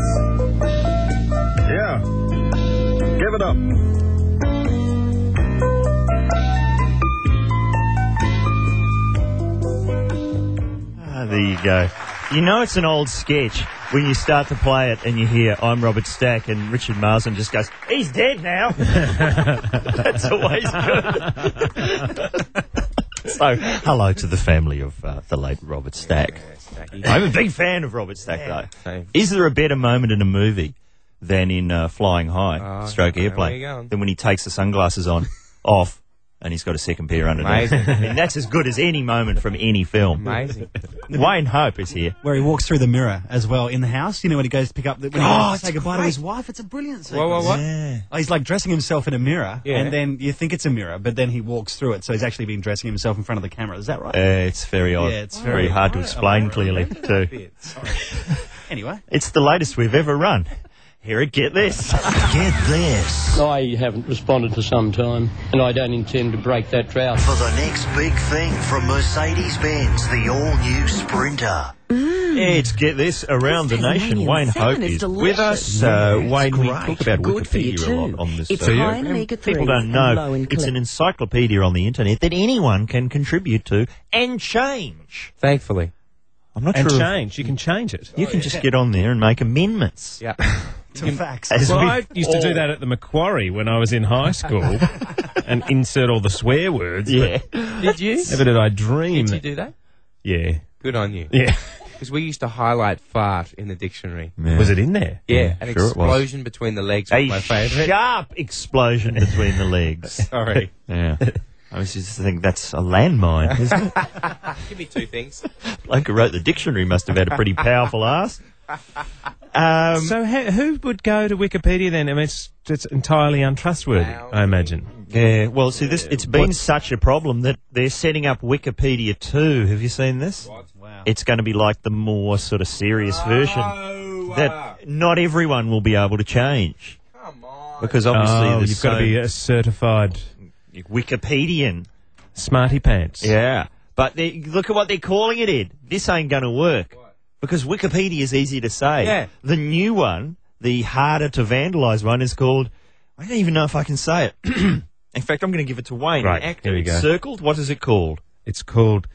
Speaker 6: Yeah. Give it up.
Speaker 1: Ah, there you go. You know it's an old sketch when you start to play it and you hear I'm Robert Stack and Richard Marsden just goes, He's dead now. That's always good. so hello to the family of uh, the late Robert Stack. I'm a big fan of Robert Stack, though.
Speaker 3: Same.
Speaker 1: Is there a better moment in a movie than in uh, Flying High,
Speaker 3: Oh,
Speaker 1: Stroke
Speaker 3: there
Speaker 1: Airplane,
Speaker 3: you go.
Speaker 1: than when he takes the sunglasses on, off, and he's got a second pair underneath?
Speaker 3: Amazing.
Speaker 1: I mean, that's as good as any moment from any film.
Speaker 3: Amazing.
Speaker 1: Wayne Hope is here.
Speaker 5: Where he walks through the mirror as well in the house. You know when he goes to pick up, the, when he
Speaker 1: Oh,
Speaker 5: goes
Speaker 1: it's
Speaker 5: to say goodbye to
Speaker 1: great.
Speaker 5: his wife. It's a brilliant
Speaker 3: Whoa, whoa,
Speaker 5: sequence.
Speaker 3: what?
Speaker 1: Yeah.
Speaker 5: Oh, He's like dressing himself in a mirror,
Speaker 3: Yeah.
Speaker 5: and then you think it's a mirror, but then he walks through it, so he's actually been dressing himself in front of the camera. Is that right?
Speaker 1: Uh, it's very odd.
Speaker 5: Yeah, it's
Speaker 1: very,
Speaker 5: very
Speaker 1: hard to explain clearly, too.
Speaker 5: anyway,
Speaker 1: It's the latest we've ever run. Here it get this.
Speaker 7: Get this
Speaker 8: I haven't responded for some time, and I don't intend to break that drought.
Speaker 7: for the next big thing from Mercedes Benz, the all new Sprinter.
Speaker 1: Mm. It's get this around the
Speaker 7: This has
Speaker 1: nation.
Speaker 7: onion,
Speaker 1: Wayne
Speaker 7: salmon
Speaker 1: Hope
Speaker 7: is
Speaker 1: is
Speaker 7: delicious.
Speaker 1: with us. Uh,
Speaker 7: Yes,
Speaker 1: Wayne, we
Speaker 7: great.
Speaker 1: talk about
Speaker 7: Good for you
Speaker 1: Wikipedia a lot
Speaker 7: too.
Speaker 1: on this.
Speaker 7: It's
Speaker 1: show.
Speaker 7: high in omega-3
Speaker 1: People don't
Speaker 7: and
Speaker 1: know
Speaker 7: low in
Speaker 1: it's an
Speaker 7: cholesterol.
Speaker 1: encyclopedia on the internet that anyone can contribute to and change.
Speaker 3: Thankfully.
Speaker 1: I'm not
Speaker 2: And
Speaker 1: sure. if-
Speaker 2: change. You can change it.
Speaker 1: You can just get on there and make amendments.
Speaker 3: Yeah.
Speaker 5: to facts.
Speaker 1: As
Speaker 2: Well,
Speaker 1: we
Speaker 2: I used to
Speaker 1: all-
Speaker 2: do that at the Macquarie when I was in high school and insert all the swear words. but
Speaker 1: Yeah.
Speaker 3: Did you?
Speaker 2: Never did I dream
Speaker 3: Did you
Speaker 2: that.
Speaker 3: do that?
Speaker 2: Yeah.
Speaker 3: Good on you.
Speaker 2: Yeah.
Speaker 3: Because we used to highlight fart in the dictionary.
Speaker 2: Was it in there?
Speaker 3: Yeah, an
Speaker 1: sure it was.
Speaker 3: explosion between the legs was
Speaker 1: A
Speaker 3: my favourite.
Speaker 1: sharp explosion between the legs.
Speaker 3: Sorry.
Speaker 1: Yeah. I was just thinking that's a landmine, isn't it?
Speaker 3: Give me two things.
Speaker 1: Bloke who wrote the dictionary must have had a pretty powerful ass. Um,
Speaker 2: So ha- who would go to Wikipedia then? I mean, it's, it's entirely untrustworthy, I imagine.
Speaker 1: yeah, well, see, this it's been such a problem that they're setting up Wikipedia 2. Have you seen this?
Speaker 5: Wow.
Speaker 1: It's going to be like the more sort of serious version that not everyone will be able to change.
Speaker 3: Come on.
Speaker 1: Because obviously
Speaker 2: oh,
Speaker 1: there's
Speaker 2: you've got to be a certified
Speaker 1: so- Wikipedian.
Speaker 2: smarty pants.
Speaker 1: Yeah. But they, look at what they're calling it, Ed. This ain't going to work. Because Wikipedia is easy to say.
Speaker 3: Yeah.
Speaker 1: The new one, the harder to vandalise one, is called, I don't even know if I can say it. In fact, I'm going to give it to Wayne.
Speaker 2: Right,
Speaker 1: An actor.
Speaker 2: here we
Speaker 1: It's
Speaker 2: go.
Speaker 1: Circled. What is it called?
Speaker 2: It's called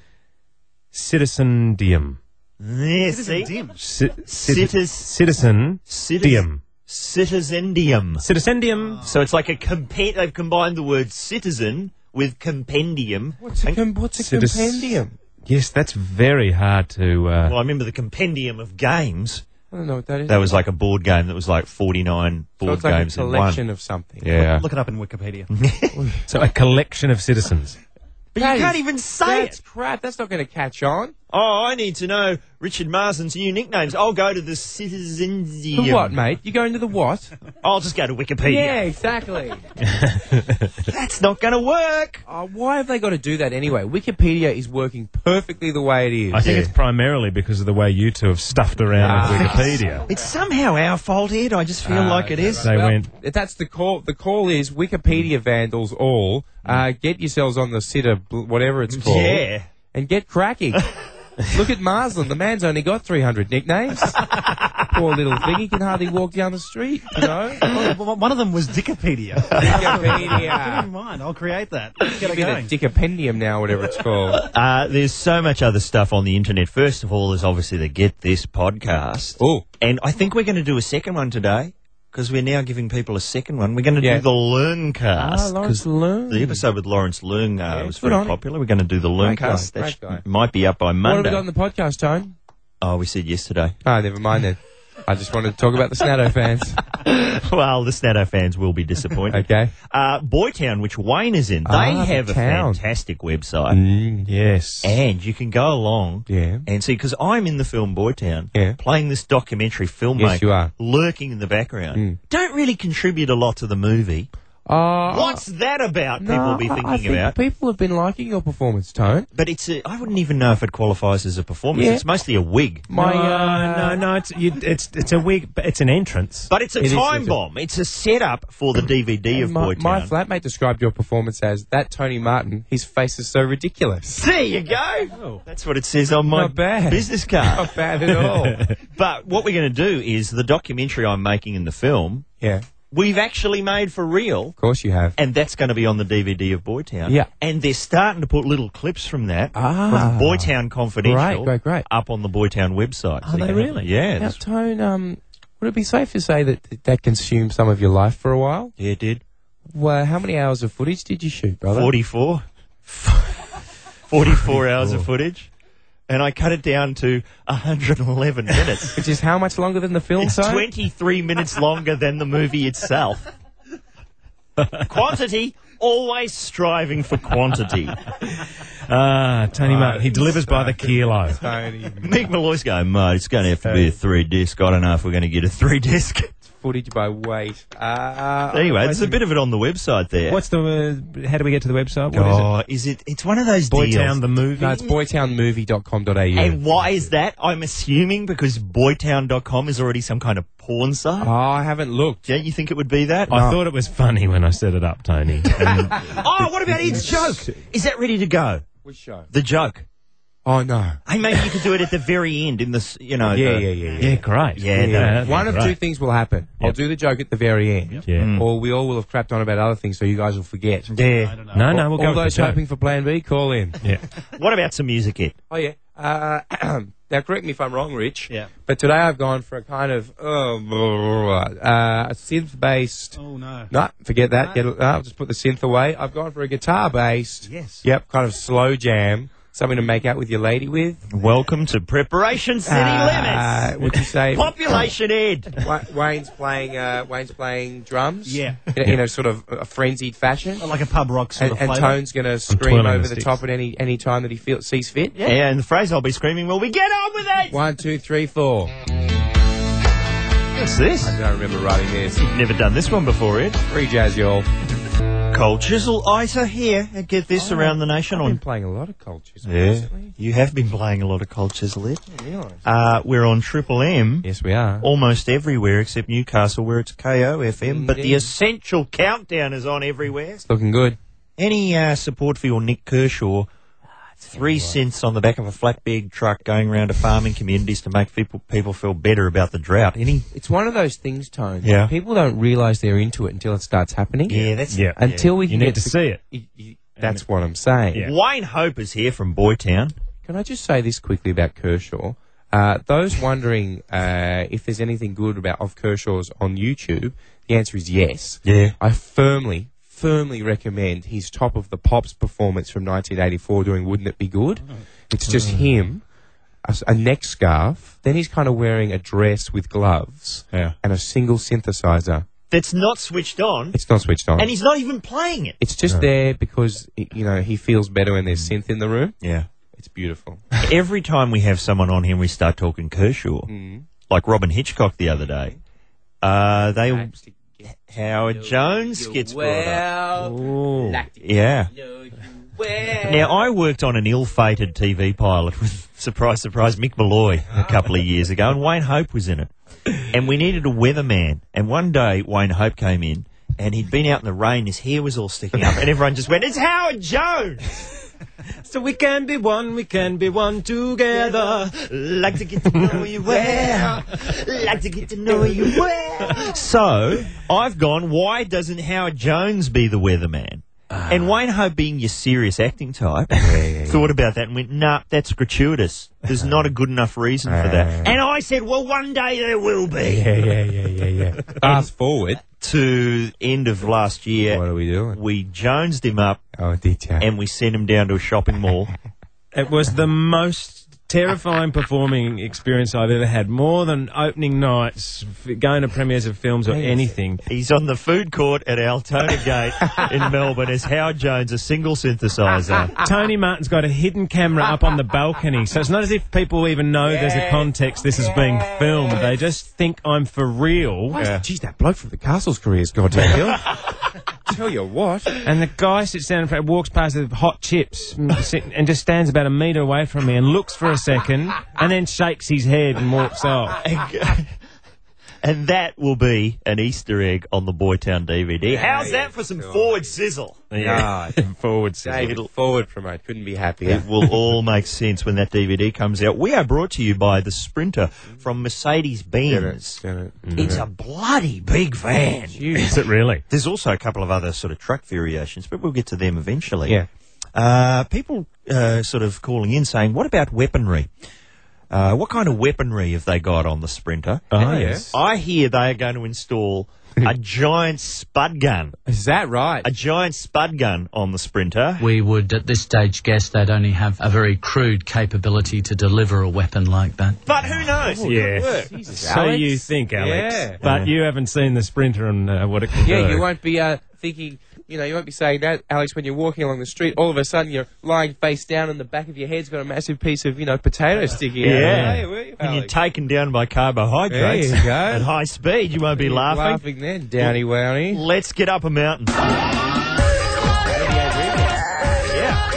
Speaker 2: Citizendium.
Speaker 1: Yeah, see?
Speaker 5: Dim.
Speaker 2: Ci-
Speaker 1: Citis-
Speaker 2: citizen.
Speaker 1: Citizen. Citizendium.
Speaker 2: Citizendium.
Speaker 1: So it's like a compen- they've combined the word citizen with compendium.
Speaker 3: What's a,
Speaker 1: And-
Speaker 3: com- what's a
Speaker 2: Citiz-
Speaker 3: compendium?
Speaker 2: Yes, that's very hard to. Uh,
Speaker 1: well, I remember the compendium of games.
Speaker 3: I don't know what that is.
Speaker 1: That was like a board game that was like 49
Speaker 3: so
Speaker 1: board
Speaker 3: it's like a
Speaker 1: games in one.
Speaker 3: collection of something.
Speaker 2: yeah.
Speaker 5: Look it up in Wikipedia.
Speaker 1: Mm.
Speaker 2: So a collection of citizens.
Speaker 1: But
Speaker 3: That
Speaker 1: you can't
Speaker 3: is-
Speaker 1: even say
Speaker 3: That's
Speaker 1: it.
Speaker 3: crap. That's not going to catch on.
Speaker 1: Oh, I need to know Richard Marsden's new nicknames. I'll go to the citizens.
Speaker 3: The what, mate? You go into the what?
Speaker 1: I'll just go to
Speaker 3: yeah,
Speaker 1: Wikipedia.
Speaker 3: exactly.
Speaker 1: That's not going to work.
Speaker 3: Uh, why have they got to do that anyway? Wikipedia is working perfectly the way it is.
Speaker 2: I think it's primarily because of the way you two have stuffed around with Wikipedia.
Speaker 1: It's somehow our fault, Ed. I just feel like it is.
Speaker 2: They went.
Speaker 3: That's the call. The call is Wikipedia vandals all. Uh, get yourselves on the sitter, bl- whatever it's called.
Speaker 1: Yeah.
Speaker 3: and get cracking. Look at Marsland. The man's only got 300 nicknames. Poor little thing. He can hardly walk down the street, you know?
Speaker 5: Well, well, one of them was Dickopedia. Never
Speaker 3: Wikipedia.
Speaker 5: mind, I'll create that. Let's Get it
Speaker 3: Give it a
Speaker 5: going.
Speaker 3: dickopendium now, whatever it's called.
Speaker 1: Uh, there's so much other stuff on the internet. First of all, there's obviously the Get This podcast.
Speaker 3: Oh,
Speaker 1: And I think we're going to do a second one today because we're now giving people a second one. We're going to
Speaker 3: Yeah.
Speaker 1: do the Learncast.
Speaker 3: ah, Lawrence
Speaker 1: 'cause
Speaker 3: Learn.
Speaker 1: The episode with Lawrence Leung uh, was
Speaker 3: good
Speaker 1: very
Speaker 3: on him.
Speaker 1: popular. We're going to do the
Speaker 3: Great guy,
Speaker 1: Learncast.
Speaker 3: great
Speaker 1: That sh-
Speaker 3: guy.
Speaker 1: might be up by
Speaker 3: What have we
Speaker 1: Monday.
Speaker 3: got on the podcast, Tone?
Speaker 1: oh, we said yesterday.
Speaker 3: Ah, never mind then. I just wanted to talk about the Snatto fans.
Speaker 1: well, the Snatto fans will be disappointed.
Speaker 3: Okay.
Speaker 1: Uh, Boytown, which Wayne is in, they
Speaker 3: Ah,
Speaker 1: have a
Speaker 3: Boytown.
Speaker 1: fantastic website.
Speaker 3: Mm,
Speaker 2: Yes.
Speaker 1: And you can go along
Speaker 3: Yeah.
Speaker 1: and see, because I'm in the film Boytown,
Speaker 3: Yeah.
Speaker 1: playing this documentary filmmaker
Speaker 3: you are. Hmm.
Speaker 1: lurking in the background. Don't really contribute a lot to the movie.
Speaker 3: Uh,
Speaker 1: What's that about,
Speaker 3: no,
Speaker 1: people will be
Speaker 3: I-
Speaker 1: thinking
Speaker 3: I think
Speaker 1: about?
Speaker 3: People have been liking your performance, Tone.
Speaker 1: But it's a, I wouldn't even know if it qualifies as a performance.
Speaker 3: Yeah.
Speaker 1: It's mostly a wig.
Speaker 3: My, uh,
Speaker 2: no, no, no. It's you, it's it's a wig. but It's an entrance.
Speaker 1: But it's a
Speaker 3: It is-
Speaker 1: time
Speaker 3: it's a-
Speaker 1: bomb. It's a setup for the DVD of
Speaker 3: my,
Speaker 1: Boytown.
Speaker 3: my flatmate described your performance as that Tony Martin, his face is so ridiculous.
Speaker 1: there you go. That's what it says on my
Speaker 3: Oh. Not bad.
Speaker 1: business card.
Speaker 3: Not bad at all.
Speaker 1: but what we're going to do is the documentary I'm making in the film,
Speaker 3: yeah, of
Speaker 1: we've actually made for real.
Speaker 3: course you have.
Speaker 1: And that's going to be on the DVD of Boytown.
Speaker 3: Yeah.
Speaker 1: And they're starting to put little clips from that
Speaker 3: Ah.
Speaker 1: from Boytown Confidential
Speaker 3: Great, great, great.
Speaker 1: up on the Boytown website.
Speaker 2: Are they really?
Speaker 1: Yeah.
Speaker 3: Now,
Speaker 1: that's-
Speaker 3: Tone, um, would it be safe to say that that- that consumed some of your life for a while?
Speaker 1: Yeah, it did.
Speaker 3: Well, how many hours of footage did you shoot, brother?
Speaker 1: 44. 44 hours of footage. And I cut it down to 111 minutes.
Speaker 3: Which is how much longer than the film,
Speaker 1: it's
Speaker 3: Tone?
Speaker 1: 23 minutes longer than the movie itself. Quantity, always striving for quantity.
Speaker 2: Ah, Tony Martin. He delivers by the kilo.
Speaker 3: Tony,
Speaker 1: Mick Malloy's going, mate, it's going to have to be a three disc. I don't know if we're going to get a three disc.
Speaker 3: footage by weight. Uh,
Speaker 1: anyway, there's a bit of it on the website there.
Speaker 2: What's the? Uh, how do we get to the website? What is
Speaker 1: oh, is it? It's one of those
Speaker 2: it?
Speaker 1: deals.
Speaker 2: Boytown the movie.
Speaker 3: No, it's boytownmovie.com.au.
Speaker 1: And why is that? I'm assuming because boytown.com is already some kind of porn site.
Speaker 3: Oh, I haven't looked.
Speaker 1: Don't you think it would be that?
Speaker 2: I thought it was funny when I set it up, Tony. And
Speaker 1: Oh, what about Ed's joke? Is that ready to go?
Speaker 3: Which show?
Speaker 1: The joke.
Speaker 3: Oh no.
Speaker 1: Hey, maybe you could do it at the very end in this, you know.
Speaker 3: Yeah,
Speaker 1: the-
Speaker 3: yeah, yeah, yeah.
Speaker 2: Yeah, great.
Speaker 1: Yeah, no.
Speaker 2: that'd be
Speaker 3: One of
Speaker 2: great.
Speaker 3: two things will happen. I'll
Speaker 2: Yep.
Speaker 3: do the joke at the very end,
Speaker 2: Yeah.
Speaker 3: or we all will have crapped on about other things, so you guys will forget.
Speaker 5: I don't know.
Speaker 2: No, no, we'll go
Speaker 3: Mm. all
Speaker 2: with
Speaker 3: those
Speaker 2: the joke.
Speaker 3: hoping for Plan B, call in.
Speaker 2: Yeah.
Speaker 1: What about some music, Ed?
Speaker 3: Oh yeah. Uh, now correct me if I'm wrong, Rich.
Speaker 5: Yeah.
Speaker 3: But today I've gone for a kind of uh, uh, synth-based.
Speaker 5: Oh no.
Speaker 3: No, forget that. Get, no, I'll just put the synth away. I've gone for a guitar-based.
Speaker 5: Yes.
Speaker 3: Yep. Kind of slow jam. Something to make out with your lady with.
Speaker 1: Welcome to Preparation City
Speaker 3: Uh,
Speaker 1: Limits.
Speaker 3: Would you say?
Speaker 1: Population Ed.
Speaker 3: Wa- Wayne's playing. Uh, Wayne's playing drums.
Speaker 5: Yeah.
Speaker 3: In a, in a sort of a frenzied fashion.
Speaker 5: Like a pub rock
Speaker 3: And,
Speaker 5: sort of
Speaker 3: and
Speaker 5: flavour.
Speaker 3: Tone's going to scream
Speaker 2: twirling
Speaker 3: over
Speaker 2: the
Speaker 3: the
Speaker 2: sticks.
Speaker 3: top at any any time that he feels sees fit.
Speaker 1: Yeah. and the phrase I'll be screaming will be "Get on with it."
Speaker 3: One, two, three, four.
Speaker 1: What's this?
Speaker 3: I don't remember writing this.
Speaker 1: Never done this one before, Ed.
Speaker 3: Free jazz, y'all.
Speaker 1: Cold chisel ice are here and get this around the nation
Speaker 3: I've been
Speaker 1: on.
Speaker 3: playing a lot of cultures
Speaker 1: Yeah,
Speaker 3: recently.
Speaker 1: you have been playing a lot of cold chisel, Ed.
Speaker 3: I didn't realise.
Speaker 1: Uh, we're on Triple M.
Speaker 3: Yes, we are.
Speaker 1: almost everywhere except Newcastle, where it's KOFM. But the
Speaker 3: Indeed.
Speaker 1: essential countdown is on everywhere.
Speaker 3: It's looking good.
Speaker 1: Any uh, support for your Nick Kershaw? Three cents on the back of a flatbed truck going around to farming communities to make people people feel better about the drought. Any?
Speaker 3: It's one of those things, Tone. that
Speaker 1: Yeah.
Speaker 3: People don't realise they're into it until it starts happening.
Speaker 1: Yeah, that's
Speaker 2: Yeah.
Speaker 3: Until we
Speaker 2: You
Speaker 3: can
Speaker 2: need
Speaker 3: get
Speaker 2: to see it.
Speaker 3: y- y- That's what I'm saying.
Speaker 2: Yeah.
Speaker 1: Wayne Hope is here from Boytown.
Speaker 3: Can I just say this quickly about Kershaw? Uh, those wondering uh, if there's anything good about of Kershaw's on YouTube, the answer is yes.
Speaker 1: Yeah.
Speaker 3: I firmly, firmly recommend his top of the pops performance from 1984 doing "Wouldn't It Be Good."
Speaker 1: Oh.
Speaker 3: It's just
Speaker 1: Hmm.
Speaker 3: him, a, s- a neck scarf. Then he's kind of wearing a dress with gloves
Speaker 2: Yeah.
Speaker 3: and a single synthesizer.
Speaker 1: That's not switched on,
Speaker 3: It's not switched on.
Speaker 1: and he's not even playing it.
Speaker 3: it's just there because i- you know he feels better when there's synth in the room.
Speaker 1: Hmm. Yeah.
Speaker 3: It's beautiful.
Speaker 1: Every time we have someone on here, we start talking Kershaw, like Robin Hitchcock the other day. Uh, they Howard Jones gets brought up. Yeah. Now, I worked on an ill fated TV pilot with, surprise, surprise, Mick Malloy a couple of years ago, and Wayne Hope was in it. And we needed a weatherman. And one day, Wayne Hope came in, and he'd been out in the rain, his hair was all sticking up, and everyone just went, It's Howard Jones!
Speaker 2: So we can be one, we can be one together.
Speaker 1: Like to get to know you well. Like to get to know you well. So, I've gone, Why doesn't Howard Jones be the weatherman?
Speaker 3: Ah.
Speaker 1: And Wayne Hope, being your serious acting type, thought about that and went, nah, that's gratuitous. There's
Speaker 3: Ah.
Speaker 1: not a good enough reason for that. And I said, well, one day there will be.
Speaker 3: Yeah, yeah, yeah, yeah, yeah. Fast forward.
Speaker 1: To the end of last year,
Speaker 3: What are we doing?
Speaker 1: we jonesed him up
Speaker 3: Oh, DJ.
Speaker 1: and we sent him down to a shopping mall.
Speaker 2: It was the most terrifying performing experience I've ever had. More than opening nights, f- going to premieres of films or anything.
Speaker 1: He's on the food court at Altona Gate in Melbourne as Howard Jones, a single synthesizer.
Speaker 2: Tony Martin's got a hidden camera up on the balcony, so it's not as if people even know there's a context this is being filmed. They just think I'm for real.
Speaker 3: Jeez, that bloke from the castle's career's goddamn ill. Tell you what.
Speaker 2: And the guy sits down in front, walks past with hot chips, and sit- and just stands about a metre away from me and looks for a second, and then shakes his head and walks off.
Speaker 1: and that will be an Easter egg on the Boytown DVD. How's that for some forward sizzle?
Speaker 3: Yeah.
Speaker 2: Forward
Speaker 3: David, forward promote. Couldn't be happier.
Speaker 1: It will all make sense when that DVD comes out. We are brought to you by the Sprinter from Mercedes Benz. It's a bloody big van.
Speaker 2: Is it really?
Speaker 1: There's also a couple of other sort of truck variations, but we'll get to them eventually.
Speaker 3: Yeah.
Speaker 1: Uh, people uh, sort of calling in saying, what about weaponry? Uh, what kind of weaponry have they got on the Sprinter?
Speaker 2: Oh,
Speaker 3: yes.
Speaker 1: I hear they are going to install a giant spud gun,
Speaker 3: Is that right?
Speaker 1: a giant spud gun on the Sprinter.
Speaker 7: We would at this stage guess they'd only have a very crude capability to deliver a weapon like that.
Speaker 1: But who knows?
Speaker 2: Yeah. So
Speaker 3: Alex?
Speaker 2: you think, Alex.
Speaker 3: Yeah.
Speaker 2: But you haven't seen the sprinter and uh, what it can
Speaker 3: Yeah,
Speaker 2: do.
Speaker 3: you won't be uh, thinking, you know, you won't be saying that, Alex, when you're walking along the street. All of a sudden, you're lying face down, and the back of your head's got a massive piece of, you know, potato sticking out.
Speaker 1: Yeah.
Speaker 3: Hey, where you,
Speaker 1: When you're
Speaker 3: Alex?
Speaker 1: taken down by carbohydrates
Speaker 3: There you go.
Speaker 1: at high speed, you won't be laughing.
Speaker 3: laughing then, Downy Wowny.
Speaker 1: Let's get up a mountain. Yeah.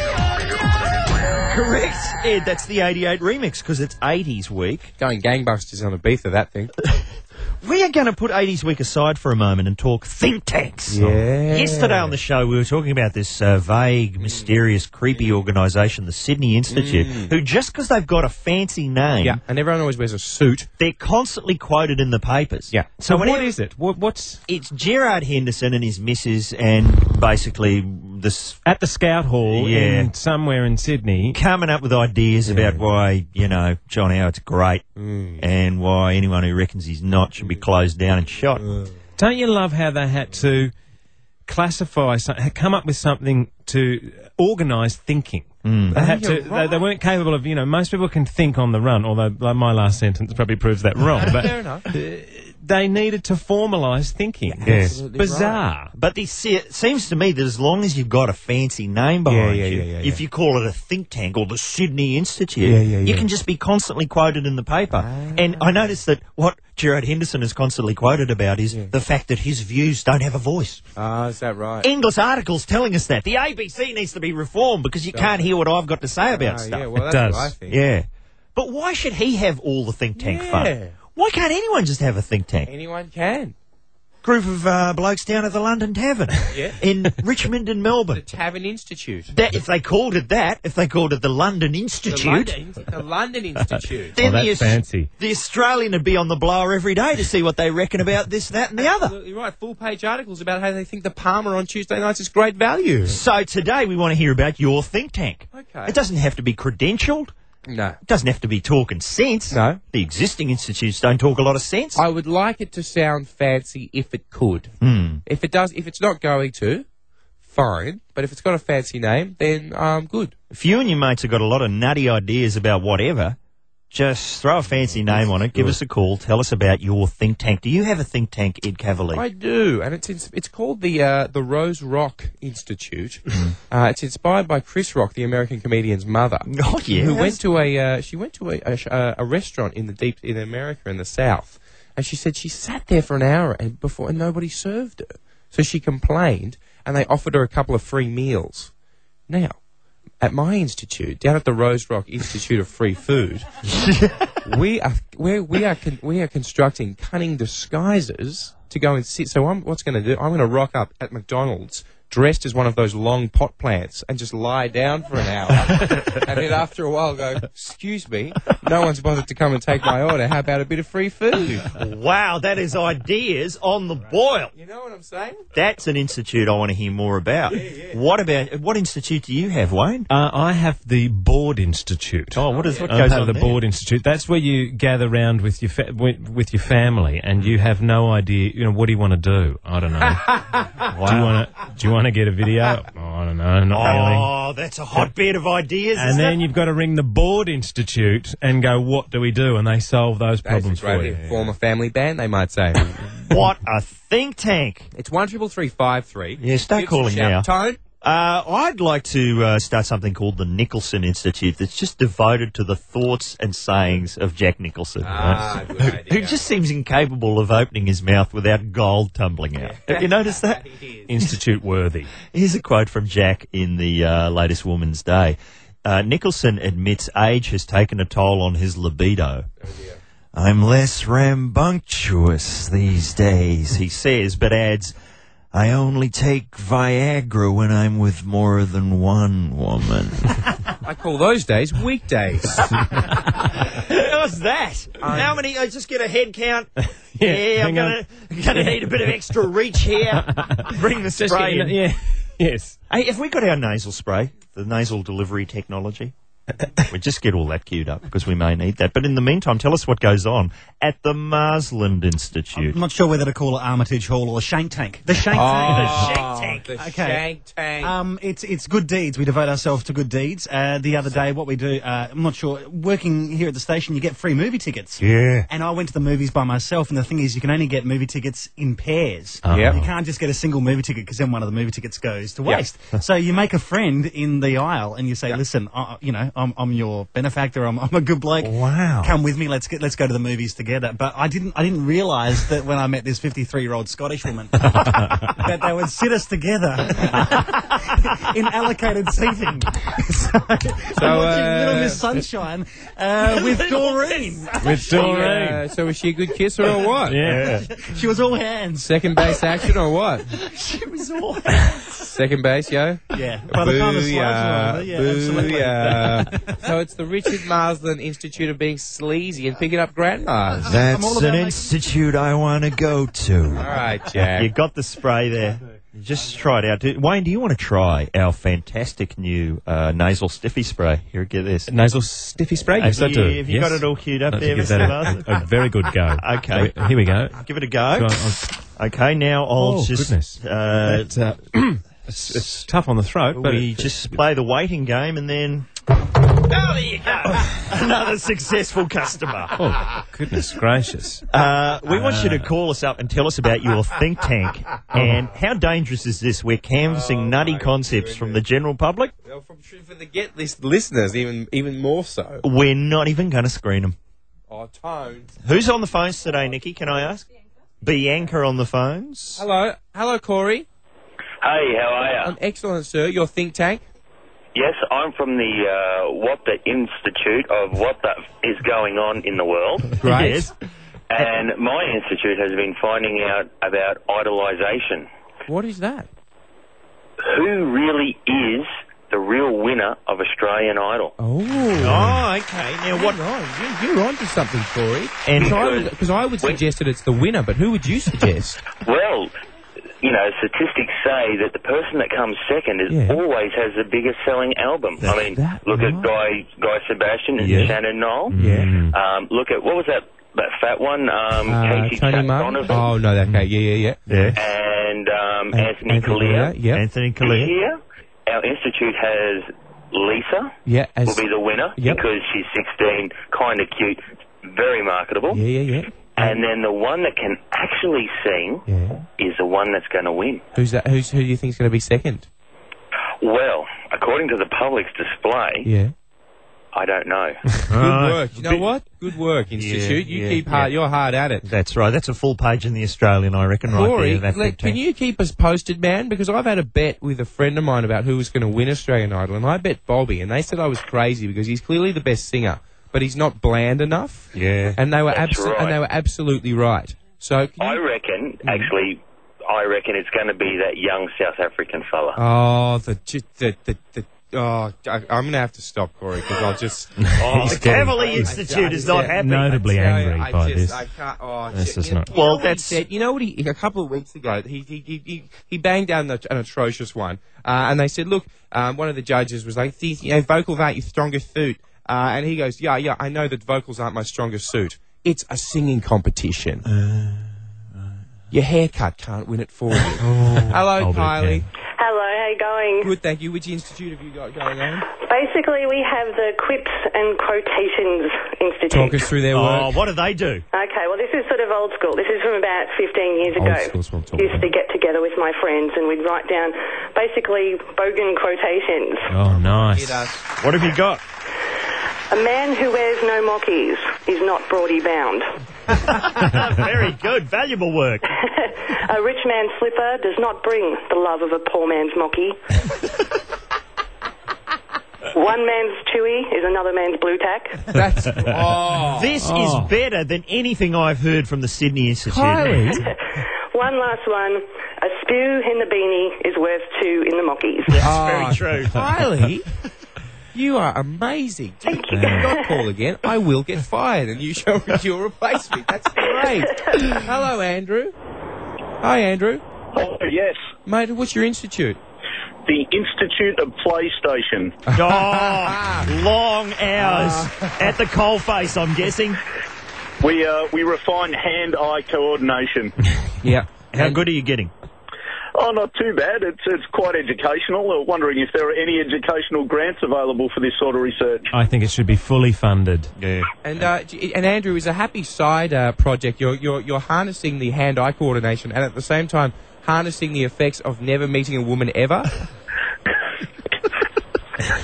Speaker 1: Correct, Ed. That's the 88 remix because it's 80s week.
Speaker 3: Going gangbusters on a beef of that thing.
Speaker 1: We are going to put 80s Week aside for a moment and talk think tanks.
Speaker 3: Yeah.
Speaker 1: Yesterday on the show, we were talking about this uh, vague, mysterious, creepy organisation, the Sydney Institute, who just because they've got a fancy name,
Speaker 3: Yeah, and everyone always wears a suit.
Speaker 1: they're constantly quoted in the papers.
Speaker 3: Yeah.
Speaker 1: So,
Speaker 2: So, what
Speaker 1: whenever-
Speaker 2: is it? What, what's
Speaker 1: it's Gerard Henderson and his missus, and basically this
Speaker 2: at the Scout Hall
Speaker 1: Yeah.
Speaker 2: in somewhere in Sydney?
Speaker 1: coming up with ideas about why you know John Howard's great and why anyone who reckons he's not should be closed down and shot.
Speaker 2: Don't you love how they had to classify, some, come up with something to organise thinking? They had
Speaker 3: Oh,
Speaker 2: to. They, they weren't capable of. You know, most people can think on the run. Although like, my last sentence probably proves that wrong. but uh,
Speaker 3: Fair enough.
Speaker 2: they needed to formalise thinking. It's
Speaker 3: absolutely
Speaker 2: bizarre.
Speaker 1: But they see, it seems to me that as long as you've got a fancy name behind
Speaker 3: yeah,
Speaker 1: you,
Speaker 3: yeah, yeah,
Speaker 1: if you call it a think tank or the Sydney Institute,
Speaker 3: Yeah, yeah,
Speaker 1: you
Speaker 3: yeah. Ah.
Speaker 1: can just be constantly quoted in the paper. And I noticed that what Gerard Henderson is constantly quoted about is the fact that his views don't have a voice.
Speaker 3: Ah, is that right?
Speaker 1: English articles telling us that. The ABC needs to be reformed because you can't hear what I've got to say about
Speaker 3: Ah,
Speaker 1: stuff.
Speaker 3: yeah, well,
Speaker 2: It does.
Speaker 3: that's what I think.
Speaker 1: Yeah. But why should he have all the think tank
Speaker 3: Yeah.
Speaker 1: fun? Why can't anyone just have a think tank?
Speaker 3: Anyone can.
Speaker 1: Group of uh, blokes down at the London Tavern
Speaker 3: Yeah.
Speaker 1: in Richmond and Melbourne.
Speaker 3: Tavern Institute.
Speaker 1: That, if they called it that, if they called it the London Institute,
Speaker 3: The London, the London Institute.
Speaker 1: then
Speaker 2: Well,
Speaker 1: the,
Speaker 2: Oh, that's
Speaker 1: Aus-
Speaker 2: fancy.
Speaker 1: the Australian would be on the blower every day to see what they reckon about this, that, and the other.
Speaker 3: Absolutely right. Full page articles about how they think the Palmer on Tuesday nights is great value.
Speaker 1: So today we want to hear about your think tank.
Speaker 3: Okay.
Speaker 1: It doesn't have to be credentialed.
Speaker 3: No.
Speaker 1: It doesn't have to be talking sense.
Speaker 3: No.
Speaker 1: The existing institutes don't talk a lot of sense.
Speaker 3: I would like it to sound fancy if it could. If it does, if it's not going to, fine. But if it's got a fancy name, then um, good.
Speaker 1: If you and your mates have got a lot of nutty ideas about whatever, just throw a fancy name on it. Give us a call. Tell us about your think tank. Do you have a think tank, Ed Cavalier?
Speaker 3: I do, and it's in, it's called the uh, the Rose Rock Institute. uh, it's inspired by Chris Rock, the American comedian's mother,
Speaker 1: Oh, yeah.
Speaker 3: who went to a uh, she went to a, a, sh- uh, a restaurant in the deep in America in the South, and she said she sat there for an hour and before and nobody served her, so she complained, and they offered her a couple of free meals. Now, at my institute, down at the Rose Rock Institute of Free Food, we are we're, we are con- we are constructing cunning disguises to go and sit. So I'm what's going to do? I'm going to rock up at McDonald's dressed as one of those long pot plants and just lie down for an hour, and then after a while go, "Excuse me, no one's bothered to come and take my order. How about a bit of free food?"
Speaker 1: Wow, that is ideas on the boil.
Speaker 3: You know what I'm saying?
Speaker 1: That's an institute I want to hear more about. What about what institute do you have, Wayne?
Speaker 2: Uh, I have the Board Institute.
Speaker 1: Oh, what is- what
Speaker 2: I'm
Speaker 1: goes
Speaker 2: part
Speaker 1: on
Speaker 2: of the
Speaker 1: there?
Speaker 2: Board Institute? That's where you gather round with your fa- with, with your family, and you have no idea. You know, what do you want to do? I don't know. Do you want to do you want to get a video? Oh, I don't know. Not really.
Speaker 1: Oh, that's a hotbed of ideas.
Speaker 2: And
Speaker 1: isn't
Speaker 2: then
Speaker 1: it?
Speaker 2: you've got to ring the Board Institute and go, what do we do? And they solve those
Speaker 3: That's
Speaker 2: problems
Speaker 3: great
Speaker 2: for you.
Speaker 3: Form a family band, they might say.
Speaker 1: what a think tank.
Speaker 3: it's one triple three five three.
Speaker 1: Yeah, start calling now.
Speaker 3: Tone.
Speaker 1: Uh, I'd like to uh, start something called the Nicholson Institute that's just devoted to the thoughts and sayings of Jack Nicholson.
Speaker 3: Ah,
Speaker 1: right?
Speaker 3: good
Speaker 1: who, who
Speaker 3: idea.
Speaker 1: just seems incapable of opening his mouth without gold tumbling out. Have you noticed that?
Speaker 2: Institute worthy.
Speaker 1: Here's a quote from Jack in the uh, latest Woman's Day. Uh, Nicholson admits age has taken a toll on his libido. I'm less rambunctious these days, he says, but adds, I only take Viagra when I'm with more than one woman.
Speaker 3: I call those days weekdays.
Speaker 1: How's that? How many? I just get a head count. Yeah, I'm
Speaker 2: hang on.
Speaker 1: gonna, gonna need a bit of extra reach here. Bring the
Speaker 2: Just
Speaker 1: spray.
Speaker 2: getting-
Speaker 1: in.
Speaker 2: yeah. Yes.
Speaker 1: Hey, have we got our nasal spray? The nasal delivery technology? we just get all that queued up because we may need that. But in the meantime, tell us what goes on at the Marsland Institute.
Speaker 5: I'm not sure whether to call it Armitage Hall or Shank Tank. The Shank Tank.
Speaker 1: The Shank Tank.
Speaker 3: Oh, The
Speaker 5: Okay.
Speaker 3: Shank Tank.
Speaker 5: Um, it's it's good deeds. We devote ourselves to good deeds. Uh, the other day, what we do, uh, I'm not sure. Working here at the station, you get free movie tickets.
Speaker 1: Yeah.
Speaker 5: And I went to the movies by myself, and the thing is, you can only get movie tickets in pairs.
Speaker 3: Yep.
Speaker 5: You can't just get a single movie ticket because then one of the movie tickets goes to waste. so you make a friend in the aisle, and you say, "Listen, I, I- you know, I'm, I'm your benefactor. I'm, I'm a good bloke.
Speaker 2: Wow.
Speaker 5: Come with me. Let's get let's go to the movies together. But I didn't I didn't realise that when I met this 53 year old Scottish woman that they would sit us together in allocated seating. so I'm watching
Speaker 2: uh,
Speaker 5: Little Miss Sunshine uh, with Doreen.
Speaker 2: With Doreen.
Speaker 3: Uh, so was she a good kisser or what?
Speaker 2: Yeah.
Speaker 5: She was all hands.
Speaker 3: Second base action or what?
Speaker 5: She was all hands.
Speaker 3: Second base, yo.
Speaker 5: Yeah. By the time the slides were over, yeah, absolutely.
Speaker 3: Booyah. so it's the Richard Marsden Institute of being sleazy and picking up grandmas.
Speaker 5: I'm all
Speaker 1: That's
Speaker 5: about
Speaker 1: an
Speaker 5: making-
Speaker 1: institute I want to go
Speaker 3: All
Speaker 1: to.
Speaker 3: right, Jack.
Speaker 1: You got the spray there. You Just try it out. Do- Wayne, do you want to try our fantastic new uh, nasal stiffy spray? Here, get this.
Speaker 2: Nasal stiffy spray.
Speaker 1: Have
Speaker 2: Yes, I
Speaker 1: you,
Speaker 2: do.
Speaker 1: have you
Speaker 2: Yes.
Speaker 1: got it all queued up
Speaker 2: I
Speaker 1: there,
Speaker 2: think it's
Speaker 1: Mr.
Speaker 2: a,
Speaker 1: Larson?
Speaker 2: a very good go.
Speaker 1: Okay.
Speaker 2: So here we go.
Speaker 1: Give it a go.
Speaker 2: Go on, I'll-
Speaker 1: Okay, now I'll
Speaker 2: Oh,
Speaker 1: just
Speaker 2: goodness.
Speaker 1: uh,
Speaker 2: It's, uh, it's, it's tough on the throat, but
Speaker 1: we
Speaker 2: it-
Speaker 1: just play the waiting game and then. Another successful customer.
Speaker 2: oh goodness gracious!
Speaker 1: Uh, we want
Speaker 2: Ah.
Speaker 1: you to call us up and tell us about your think tank and how dangerous is this? We're
Speaker 2: Oh,
Speaker 1: canvassing nutty concepts from the general public.
Speaker 3: Well, From, from the get list listeners, even even more so.
Speaker 1: We're not even going to screen them.
Speaker 3: Oh, tones.
Speaker 1: Who's on the phones today, Nikki? Can I ask? Bianca on the phones.
Speaker 3: Hello, hello, Corey.
Speaker 9: Hey, how are you?
Speaker 3: I'm excellent, sir. Your think tank.
Speaker 9: Yes, I'm from the uh, What the Institute of What the F- is Going On in the World,
Speaker 3: Great.
Speaker 1: Yes.
Speaker 9: and my institute has been finding out about idolisation.
Speaker 3: What is that?
Speaker 9: Who really is the real winner of Australian Idol?
Speaker 3: Oh.
Speaker 1: Oh, okay. Now what?
Speaker 3: Hang on, you, you're onto something, Corey.
Speaker 1: And-
Speaker 3: Because I, would suggest that it's the winner, but who would you suggest?
Speaker 9: Well, you know, statistics say that the person that comes second is
Speaker 3: Yeah.
Speaker 9: always has the biggest selling album. I mean,
Speaker 3: that
Speaker 9: look
Speaker 3: right.
Speaker 9: at Guy Guy Sebastian and
Speaker 1: Yeah.
Speaker 9: Shannon Knoll.
Speaker 3: yeah.
Speaker 9: Um, look at what was that that fat one?
Speaker 3: Mm.
Speaker 9: Um,
Speaker 3: Uh,
Speaker 9: Casey
Speaker 3: Tony Martin.
Speaker 9: Donovan.
Speaker 3: Oh no, that guy. Yeah, yeah, yeah.
Speaker 1: Yeah.
Speaker 9: and um, Anthony,
Speaker 3: Collier.
Speaker 9: Collier.
Speaker 3: Yeah,
Speaker 1: Anthony
Speaker 9: This
Speaker 1: Kalia.
Speaker 9: year, our institute has Lisa
Speaker 3: yeah.
Speaker 9: will
Speaker 3: As,
Speaker 9: be the winner
Speaker 3: Yep.
Speaker 9: because she's 16, kind of cute, very marketable.
Speaker 3: yeah, yeah, yeah.
Speaker 9: And then the one that can actually sing
Speaker 3: Yeah.
Speaker 9: is the one that's going to win.
Speaker 3: Who's that? Who's who do you think's going to be second?
Speaker 9: Well, according to the public's display,
Speaker 3: Yeah.
Speaker 9: I don't know.
Speaker 3: Good work. You know what? Good work, Institute. you
Speaker 1: yeah,
Speaker 3: keep hard. You're hard at it.
Speaker 1: That's right. That's a full page in the Australian, I reckon, right
Speaker 3: Corey,
Speaker 1: there. That
Speaker 3: like,
Speaker 1: big
Speaker 3: can
Speaker 1: tank.
Speaker 3: you keep us posted, man? Because I've had a bet with a friend of mine about who was going to win Australian Idol, and I bet Bobby, and they said I was crazy because he's clearly the best singer, but he's not bland enough.
Speaker 1: Yeah.
Speaker 3: and they were
Speaker 9: That's
Speaker 3: abso-
Speaker 9: right.
Speaker 3: and they were absolutely right. So,
Speaker 9: I
Speaker 3: can you-
Speaker 9: reckon, actually, I reckon it's going to be that young South African fella.
Speaker 3: oh, the ju- the the. the Oh, I, I'm going to have to stop, Corey, because I'll just.
Speaker 1: Oh, the Cavalier Institute is not happy.
Speaker 2: Notably angry
Speaker 3: I
Speaker 2: by
Speaker 3: just,
Speaker 2: this.
Speaker 3: I can't. Oh,
Speaker 2: This
Speaker 3: ju-
Speaker 2: is
Speaker 3: you know-
Speaker 2: not-
Speaker 3: you know
Speaker 1: Well,
Speaker 3: what he
Speaker 1: that's-
Speaker 3: said- you know what he a couple of weeks ago he he he, he, he banged down the, an atrocious one, uh, and they said, look, um, one of the judges was like, these you know, vocals aren't your strongest suit, uh, and he goes, yeah, yeah, I know that vocals aren't my strongest suit. It's a singing competition.
Speaker 2: Uh,
Speaker 3: your haircut can't win it for you. Hello,
Speaker 2: I'll do Oh. it,
Speaker 3: Kylie.
Speaker 10: Hello, how you going?
Speaker 3: Good, thank you. Which institute have you got going on?
Speaker 10: Basically, we have the Quips and Quotations
Speaker 3: Talk
Speaker 10: Institute.
Speaker 3: us through their
Speaker 1: Oh,
Speaker 3: work.
Speaker 1: what do they do?
Speaker 10: Okay, well, this is sort of old school. This is from about 15 years
Speaker 3: Old
Speaker 10: ago.
Speaker 3: school's what I'm talking
Speaker 10: Used to get together with my friends and we'd write down basically bogan quotations.
Speaker 2: Oh, nice.
Speaker 3: Get us.
Speaker 1: What have you got?
Speaker 10: A man who wears no mockies is not broady bound.
Speaker 1: Very good, valuable work.
Speaker 10: A rich man's slipper does not bring the love of a poor man's mocky. One man's chewy is another man's blue tack.
Speaker 3: That's oh,
Speaker 1: This is better than anything I've heard from the Sydney Institute.
Speaker 3: Kylie.
Speaker 10: One last one. A spew in the beanie is worth two in the mockies.
Speaker 3: Oh,
Speaker 1: That's very true.
Speaker 3: Kylie, you are amazing. Thank you. Not call again. I will get fired, and you shall you'll replace me. That's great. Hello, Andrew. Hi, Andrew.
Speaker 9: Oh, yes.
Speaker 3: Mate, what's your institute?
Speaker 9: The Institute of PlayStation.
Speaker 1: Oh, long hours at the coalface, I'm guessing.
Speaker 9: We, uh, we refine hand-eye coordination.
Speaker 3: Yeah.
Speaker 1: How good are you getting?
Speaker 9: Oh, not too bad. It's it's quite educational. Uh, wondering if there are any educational grants available for this sort of research.
Speaker 2: I think it should be fully funded.
Speaker 1: Yeah.
Speaker 3: And uh, g- and Andrew is a happy side uh, project. You're you're you're harnessing the hand-eye coordination, and at the same time harnessing the effects of never meeting a woman ever.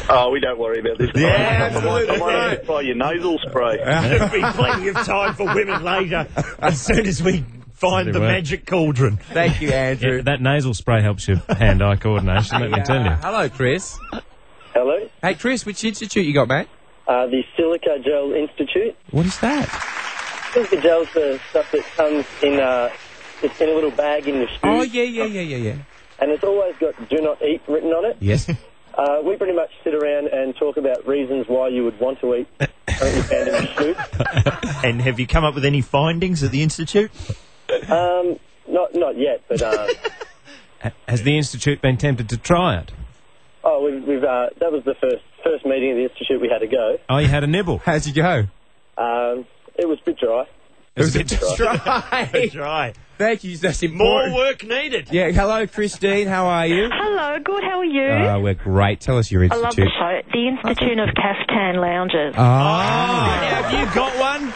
Speaker 9: Oh, we don't worry about this.
Speaker 1: Yeah,
Speaker 9: I might have to try your nasal spray.
Speaker 1: There'll be plenty of time for women later as soon as we find the
Speaker 2: They were.
Speaker 1: magic cauldron.
Speaker 3: Thank you, Andrew.
Speaker 2: Yeah, that nasal spray helps your hand-eye coordination, let me tell you.
Speaker 3: Uh, hello, Chris.
Speaker 11: Hello,
Speaker 3: Hey, Chris, which institute you got, mate?
Speaker 11: uh, the Silica Gel Institute.
Speaker 3: What is that?
Speaker 11: Silica gel's the stuff that comes in uh, it's in a little bag in the shoe.
Speaker 3: Oh, yeah, yeah, yeah, yeah, yeah.
Speaker 11: And it's always got "Do not eat" written on it.
Speaker 3: Yes.
Speaker 11: Uh, we pretty much sit around and talk about reasons why you would want to eat something you found in the shoe.
Speaker 1: And have you come up with any findings at the Institute?
Speaker 11: Um, not not yet, but uh,
Speaker 2: Has the Institute been tempted to try it?
Speaker 11: oh, we've, we've uh, that was the first first meeting at the institute we had to go.
Speaker 2: Oh, you had a nibble.
Speaker 3: How'd you go?
Speaker 11: Um, it was a bit dry.
Speaker 2: It was a bit
Speaker 3: Try.
Speaker 1: Try.
Speaker 3: Thank you. That's important.
Speaker 1: More work needed.
Speaker 3: Yeah. Hello, Christine. How are you?
Speaker 12: Hello, good, how are you?
Speaker 3: Uh, we're great. Tell us your
Speaker 12: I love the
Speaker 3: institute.
Speaker 12: show. The Institute of Caftan Lounges.
Speaker 1: Oh.
Speaker 3: Ah.
Speaker 1: Now, have you got one?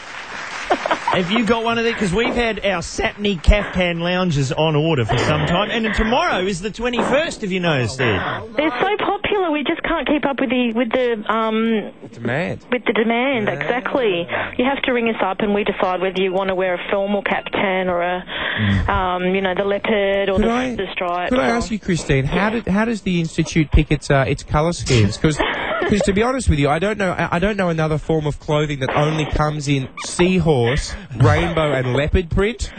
Speaker 1: Have you got one of these? Because we've had our satiny caftan lounges on order for some time, and tomorrow is the twenty-first. If you noticed it,
Speaker 12: They're so popular, we just can't keep up with the with the um
Speaker 3: Demand.
Speaker 12: with the demand. Exactly. You have to ring us up, and we decide whether you want to wear a film or caftan or a um you know the leopard or
Speaker 3: Mm. Could
Speaker 12: the,
Speaker 3: I-
Speaker 12: the stripe.
Speaker 3: Could I
Speaker 12: or-
Speaker 3: ask you, Christine, how did how does the institute pick its uh, its color schemes? Because to be honest with you, I don't know I I don't know another form of clothing that only comes in seahorse, rainbow, and leopard print.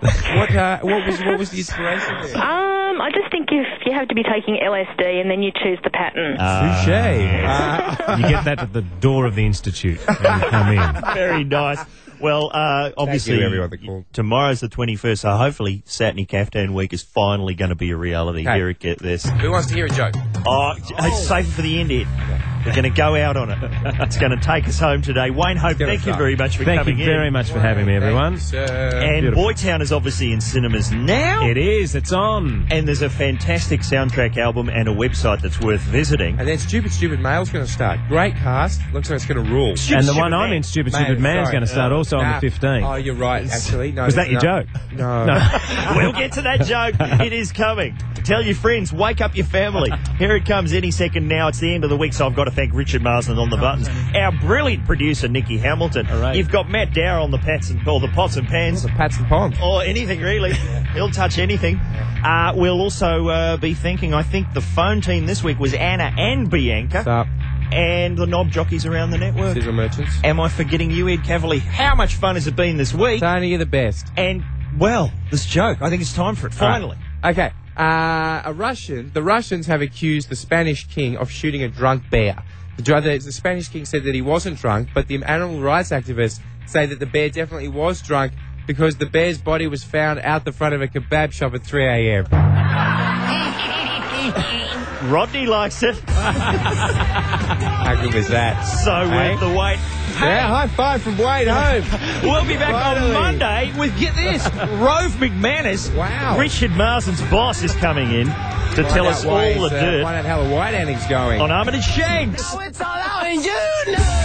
Speaker 3: what uh, what was what was the inspiration there?
Speaker 12: Um, I just think if you have to be taking LSD and then you choose the pattern.
Speaker 3: Touche. Uh,
Speaker 2: Ah. You get that at the door of the Institute when you come in.
Speaker 1: very nice. Well, uh, obviously,
Speaker 3: everyone that called.
Speaker 1: tomorrow's the twenty-first, so hopefully, satiny caftan week is finally going to be a reality.
Speaker 3: Okay.
Speaker 1: Here it get this.
Speaker 3: who wants to hear a joke?
Speaker 1: Oh, j- it's safe for the end. It. We're going to go out on it. It's going to take us home today. Wayne Hope,
Speaker 3: get it
Speaker 1: thank you
Speaker 3: done.
Speaker 1: very much for
Speaker 2: Thank
Speaker 1: coming
Speaker 2: you very
Speaker 1: in.
Speaker 2: much for having me, everyone.
Speaker 1: And
Speaker 2: Beautiful.
Speaker 1: Boytown is obviously in cinemas now.
Speaker 2: It is. It's on.
Speaker 1: And there's a fantastic soundtrack album and a website that's worth visiting.
Speaker 3: And then Stupid Stupid Mail's going to start. Great cast. Looks like it's going to rule.
Speaker 2: And the one I'm in, Stupid Stupid
Speaker 3: Mate,
Speaker 2: Man, is
Speaker 3: sorry.
Speaker 2: going to start also
Speaker 3: Nah.
Speaker 2: on the
Speaker 3: Oh,
Speaker 2: 15th.
Speaker 3: you're right, actually. No,
Speaker 2: Was that your
Speaker 3: no.
Speaker 2: joke?
Speaker 3: No.
Speaker 1: we'll get to that joke. It is coming. Tell your friends, wake up your family. Here it comes any second now. It's the end of the week, so I've got to thank Richard Marsden
Speaker 2: Oh,
Speaker 1: on the buttons, our brilliant producer, Nikki Hamilton.
Speaker 2: right.
Speaker 1: You've got Matt Dower on the pats and, or the pots and pans.
Speaker 3: Pats and Pond.
Speaker 1: or anything really. He'll touch anything. Uh, we'll also uh, be thinking. I think the phone team this week was Anna and Bianca,
Speaker 3: What's up?
Speaker 1: and the knob jockeys around the network.
Speaker 3: Sizzle Merchants.
Speaker 1: Am I forgetting you, Ed Cavalier? How much fun has it been this week?
Speaker 3: Tony, you're the best.
Speaker 1: And well, this joke. I think it's time for it. Finally.
Speaker 3: Okay. Uh, a Russian. The Russians have accused the Spanish king of shooting a drunk bear. The, dr- the, the Spanish king said that he wasn't drunk, but the animal rights activists say that the bear definitely was drunk because the bear's body was found out the front of a kebab shop at 3 a.m.
Speaker 1: Rodney likes it,
Speaker 3: How good was that?
Speaker 1: so
Speaker 3: Hey?
Speaker 1: worth the wait.
Speaker 3: Yeah, high five from Wade Home.
Speaker 1: We'll be back
Speaker 3: Finally.
Speaker 1: on Monday with get this Rove McManus.
Speaker 3: Wow.
Speaker 1: Richard Marsden's boss is coming in to tell
Speaker 3: Find
Speaker 1: us
Speaker 3: out why
Speaker 1: all the
Speaker 3: he's, uh,
Speaker 1: dirt
Speaker 3: Find out how the white ending's going.
Speaker 1: on Armitage Shanks.
Speaker 3: it's all out in June.